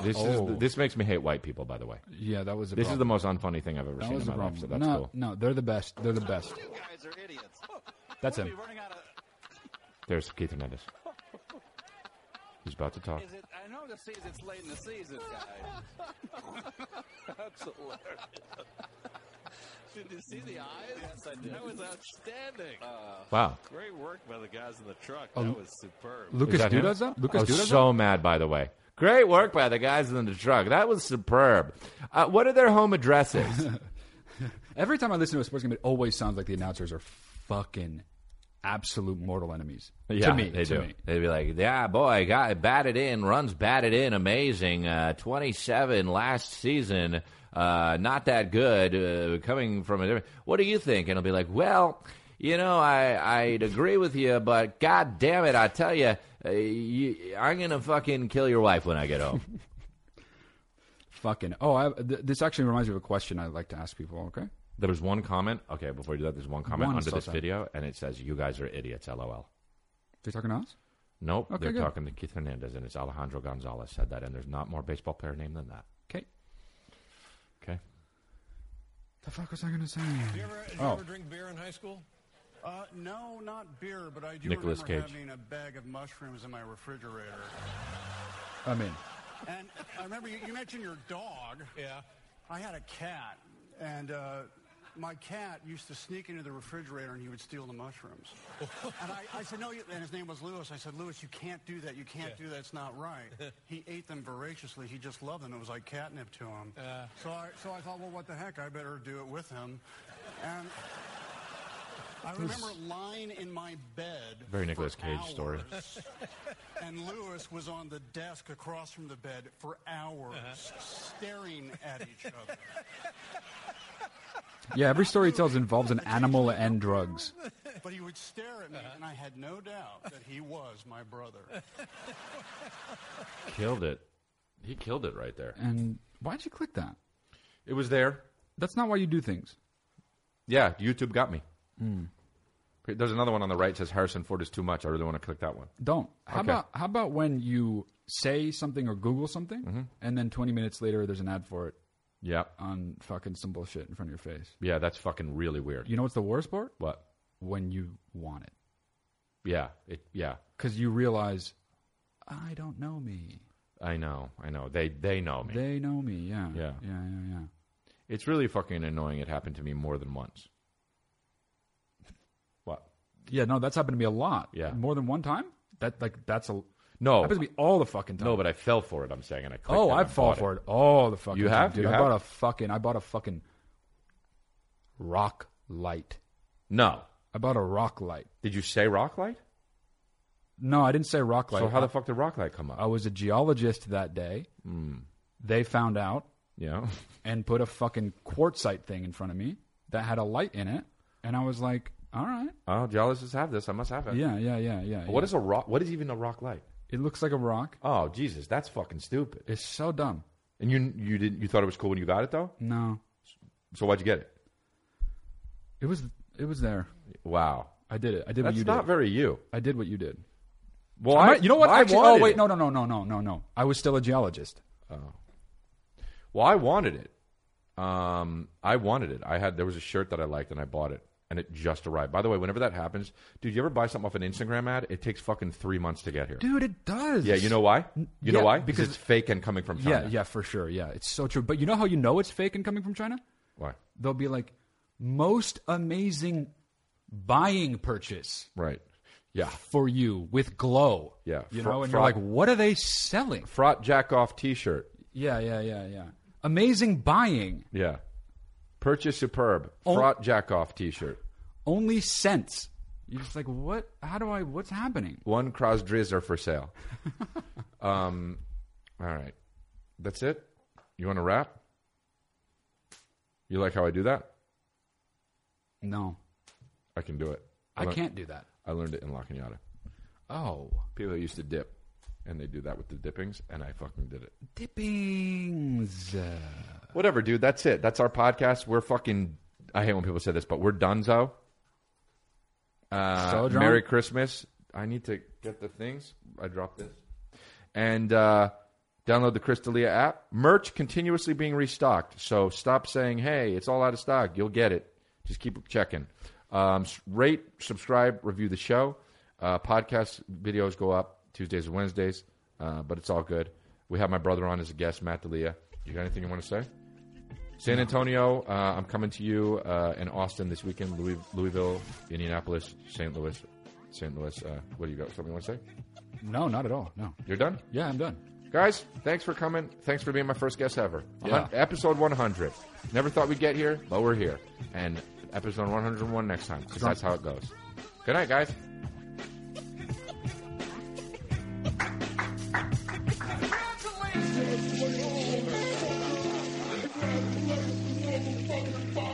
Speaker 1: This
Speaker 2: Oh.
Speaker 1: is this makes me hate white people. By the way,
Speaker 2: Yeah, that was a
Speaker 1: this is the
Speaker 2: problem.
Speaker 1: most unfunny thing I've ever
Speaker 2: that
Speaker 1: seen
Speaker 2: was
Speaker 1: in
Speaker 2: a
Speaker 1: my life.
Speaker 2: problem.
Speaker 1: So that's
Speaker 2: no,
Speaker 1: cool.
Speaker 2: no, they're the best. They're the best.
Speaker 5: You guys are idiots.
Speaker 2: That's him.
Speaker 5: running out of.
Speaker 1: There's Keith Hernandez. He's about to talk.
Speaker 6: Is it, I know the season, it's late in the season, guys. That's hilarious.
Speaker 5: [LAUGHS] Did you see the eyes? Yes, I did. That was outstanding.
Speaker 1: Wow.
Speaker 5: Great work by the guys in the truck.
Speaker 2: Oh,
Speaker 5: That was superb.
Speaker 2: Lucas
Speaker 1: Is that him?
Speaker 2: Duda's up. Lucas
Speaker 1: I was
Speaker 2: Duda's up.
Speaker 1: so mad, by the way. Great work by the guys in the truck. That was superb. Uh, what are their home addresses?
Speaker 2: Every time I listen to a sports game, it always sounds like the announcers are fucking absolute mortal enemies.
Speaker 1: yeah,
Speaker 2: to me,
Speaker 1: they
Speaker 2: to
Speaker 1: do.
Speaker 2: me.
Speaker 1: They'd be like, "Yeah, boy, got batted in, runs batted in, amazing. Uh, Twenty-seven last season, uh, not that good. Uh, coming from a different. What do you think?" And I'll be like, "Well, you know, I I'd agree with you, but god damn it, I tell you, uh, you I'm gonna fucking kill your wife when I get home."
Speaker 2: [LAUGHS] Fucking. Oh, I, th- this actually reminds me of a question I like to ask people. Okay.
Speaker 1: There was one comment. Okay, before you do that, there's one comment
Speaker 2: One
Speaker 1: under
Speaker 2: so
Speaker 1: this
Speaker 2: sad.
Speaker 1: video, and it says, "You guys are idiots." LOL.
Speaker 2: They're talking to us.
Speaker 1: Nope,
Speaker 2: Okay,
Speaker 1: they're
Speaker 2: good.
Speaker 1: talking to Keith Hernandez, and it's Alejandro Gonzalez said that, and there's not more baseball player name than that.
Speaker 2: Okay.
Speaker 1: Okay,
Speaker 2: The fuck was I gonna say?
Speaker 7: You ever, did
Speaker 2: Oh.
Speaker 7: you ever drink beer in high school?
Speaker 6: Uh, no, not beer, but I do
Speaker 1: Nicolas
Speaker 6: remember
Speaker 1: Cage.
Speaker 6: having a bag of mushrooms in my refrigerator.
Speaker 2: I mean,
Speaker 6: And I remember you, you mentioned your dog.
Speaker 7: Yeah.
Speaker 6: I had a cat, and uh, my cat used to sneak into the refrigerator and he would steal
Speaker 1: [LAUGHS]
Speaker 6: the mushrooms. and I, I said, No, you, and his name was Lewis. I said, Lewis, you can't do that. You can't do that. It's not
Speaker 1: [LAUGHS]
Speaker 6: right. he ate them voraciously. He just loved them. It was like catnip to him. So, I, so I thought, Well, what the heck? I better do it with him. And.
Speaker 1: [LAUGHS]
Speaker 6: I remember lying in my bed.
Speaker 1: Very
Speaker 6: for
Speaker 1: Nicolas Cage
Speaker 6: [LAUGHS]
Speaker 1: story.
Speaker 6: hours, And Lewis was on the desk across from the bed for hours, staring at each other.
Speaker 2: yeah. Every story he tells involves an animal and drugs.
Speaker 6: but he would stare at me, and I had no doubt that he was my brother.
Speaker 1: Killed it. He killed it right there.
Speaker 2: And why'd you click that?
Speaker 1: It was there.
Speaker 2: That's not why you do things.
Speaker 1: Yeah, YouTube got me. Hmm. There's another one on the right says Harrison Ford is too much. I really want to click that one.
Speaker 2: Don't. How about how about when you say something or Google something,
Speaker 1: Mm-hmm.
Speaker 2: and then 20 minutes later there's an ad for it
Speaker 1: Yeah.
Speaker 2: on fucking some bullshit in front of your face.
Speaker 1: Yeah, that's fucking really weird.
Speaker 2: You know what's the worst part?
Speaker 1: What?
Speaker 2: When you want it,
Speaker 1: Yeah. It yeah.
Speaker 2: because you realize I don't know me.
Speaker 1: I know. I know. They they know me.
Speaker 2: They know me. Yeah.
Speaker 1: Yeah.
Speaker 2: Yeah. Yeah. Yeah.
Speaker 1: It's really fucking annoying it happened to me more than once. What?
Speaker 2: Yeah, no, that's happened to me a lot.
Speaker 1: Yeah. Oh.
Speaker 2: More than one time? That like that's a
Speaker 1: No.
Speaker 2: happens to me all the fucking time.
Speaker 1: No, but I fell for it, I'm saying, and I clicked
Speaker 2: Oh,
Speaker 1: it
Speaker 2: I
Speaker 1: and
Speaker 2: fall
Speaker 1: bought
Speaker 2: for it all the fucking
Speaker 1: You
Speaker 2: time,
Speaker 1: have?
Speaker 2: dude.
Speaker 1: You
Speaker 2: I
Speaker 1: have?
Speaker 2: bought a fucking I bought a fucking rock light.
Speaker 1: No.
Speaker 2: I bought a rock light.
Speaker 1: Did you say rock light?
Speaker 2: No, I didn't say rock light.
Speaker 1: So how
Speaker 2: I,
Speaker 1: the fuck did rock light come up?
Speaker 2: I was a geologist that day.
Speaker 1: Hmm.
Speaker 2: They found out
Speaker 1: Yeah. [LAUGHS]
Speaker 2: and put a fucking quartzite thing in front of me that had a light in it, and I was like, "All right,
Speaker 1: Oh, geologists have this. I must have it.
Speaker 2: yeah, yeah, yeah, yeah."
Speaker 1: Uh, What is a rock? What is even a rock light?
Speaker 2: it looks like a rock.
Speaker 1: Oh, Jesus, that's fucking stupid.
Speaker 2: It's so dumb.
Speaker 1: And you you didn't you thought it was cool when you got it though.
Speaker 2: No,
Speaker 1: So why'd you get it?
Speaker 2: it was it was there.
Speaker 1: Wow,
Speaker 2: I did it. I did what
Speaker 1: that's
Speaker 2: you
Speaker 1: not
Speaker 2: did.
Speaker 1: very you.
Speaker 2: I did what you did.
Speaker 1: Well,
Speaker 2: I might- you know what?
Speaker 1: I
Speaker 2: Actually, oh
Speaker 1: wanted
Speaker 2: wait,
Speaker 1: it.
Speaker 2: no, no, no, no, no, no, no. I was still a geologist.
Speaker 1: Well, I wanted it. Um, I wanted it. I had there was a shirt that I liked and I bought it and it just arrived. By the way, whenever that happens, dude, you ever buy something off an Instagram ad? It takes fucking three months to get here.
Speaker 2: Dude, it does.
Speaker 1: Yeah, you know why? You know
Speaker 2: yeah,
Speaker 1: why? Because
Speaker 2: because-
Speaker 1: it's fake and coming from China.
Speaker 2: Yeah, yeah, for sure. Yeah, it's so true. But you know how you know it's fake and coming from China?
Speaker 1: Why?
Speaker 2: They'll be like, most amazing buying purchase
Speaker 1: Right. Yeah.
Speaker 2: for you with glow.
Speaker 1: Yeah,
Speaker 2: You
Speaker 1: fro-
Speaker 2: know, and
Speaker 1: fro-
Speaker 2: you're like, what are they selling?
Speaker 1: Frot jack off T-shirt.
Speaker 2: Yeah, yeah, yeah, yeah. Amazing buying.
Speaker 1: Yeah. Purchase superb.
Speaker 2: Oh.
Speaker 1: Frot jack off T-shirt.
Speaker 2: Only sense. You're just like, what? How do I? What's happening?
Speaker 1: One cross drizzer for sale.
Speaker 2: [LAUGHS]
Speaker 1: um, all right, that's it. You want to wrap? You like how I do that?
Speaker 2: No,
Speaker 1: I can do it.
Speaker 2: I
Speaker 1: learned-
Speaker 2: can't do that.
Speaker 1: I learned it in La Cunada.
Speaker 2: Oh,
Speaker 1: People used to dip, and they do that with the dippings, and I fucking did it.
Speaker 2: dippings.
Speaker 1: Whatever, dude. That's it. That's our podcast. We're fucking. I hate when people say this, but we're donezo. Uh,
Speaker 2: So drunk.
Speaker 1: Merry Christmas. I need to get the things. I dropped this. And uh, download the Crystalia app. Merch continuously being restocked. So stop saying, hey, it's all out of stock. You'll get it. Just keep checking. Um, s- rate, subscribe, review the show. Uh, podcast videos go up Tuesdays and Wednesdays, uh, but it's all good. We have my brother on as a guest, Matt D'Elia. You got anything you want to say? San Antonio, uh, I'm coming to you uh, in Austin this weekend, Louis, Louisville, Indianapolis, St. Louis. St. Louis, uh, what do you got? Something you want to say?
Speaker 2: No, not at all. No.
Speaker 1: You're done?
Speaker 2: Yeah, I'm done.
Speaker 1: Guys, thanks for coming. Thanks for being my first guest ever. A hun-
Speaker 2: Yeah.
Speaker 1: Episode 100. Never thought we'd get here, but we're here. And episode 101 next time, because that's how it goes. Good night, guys.
Speaker 3: Congratulations!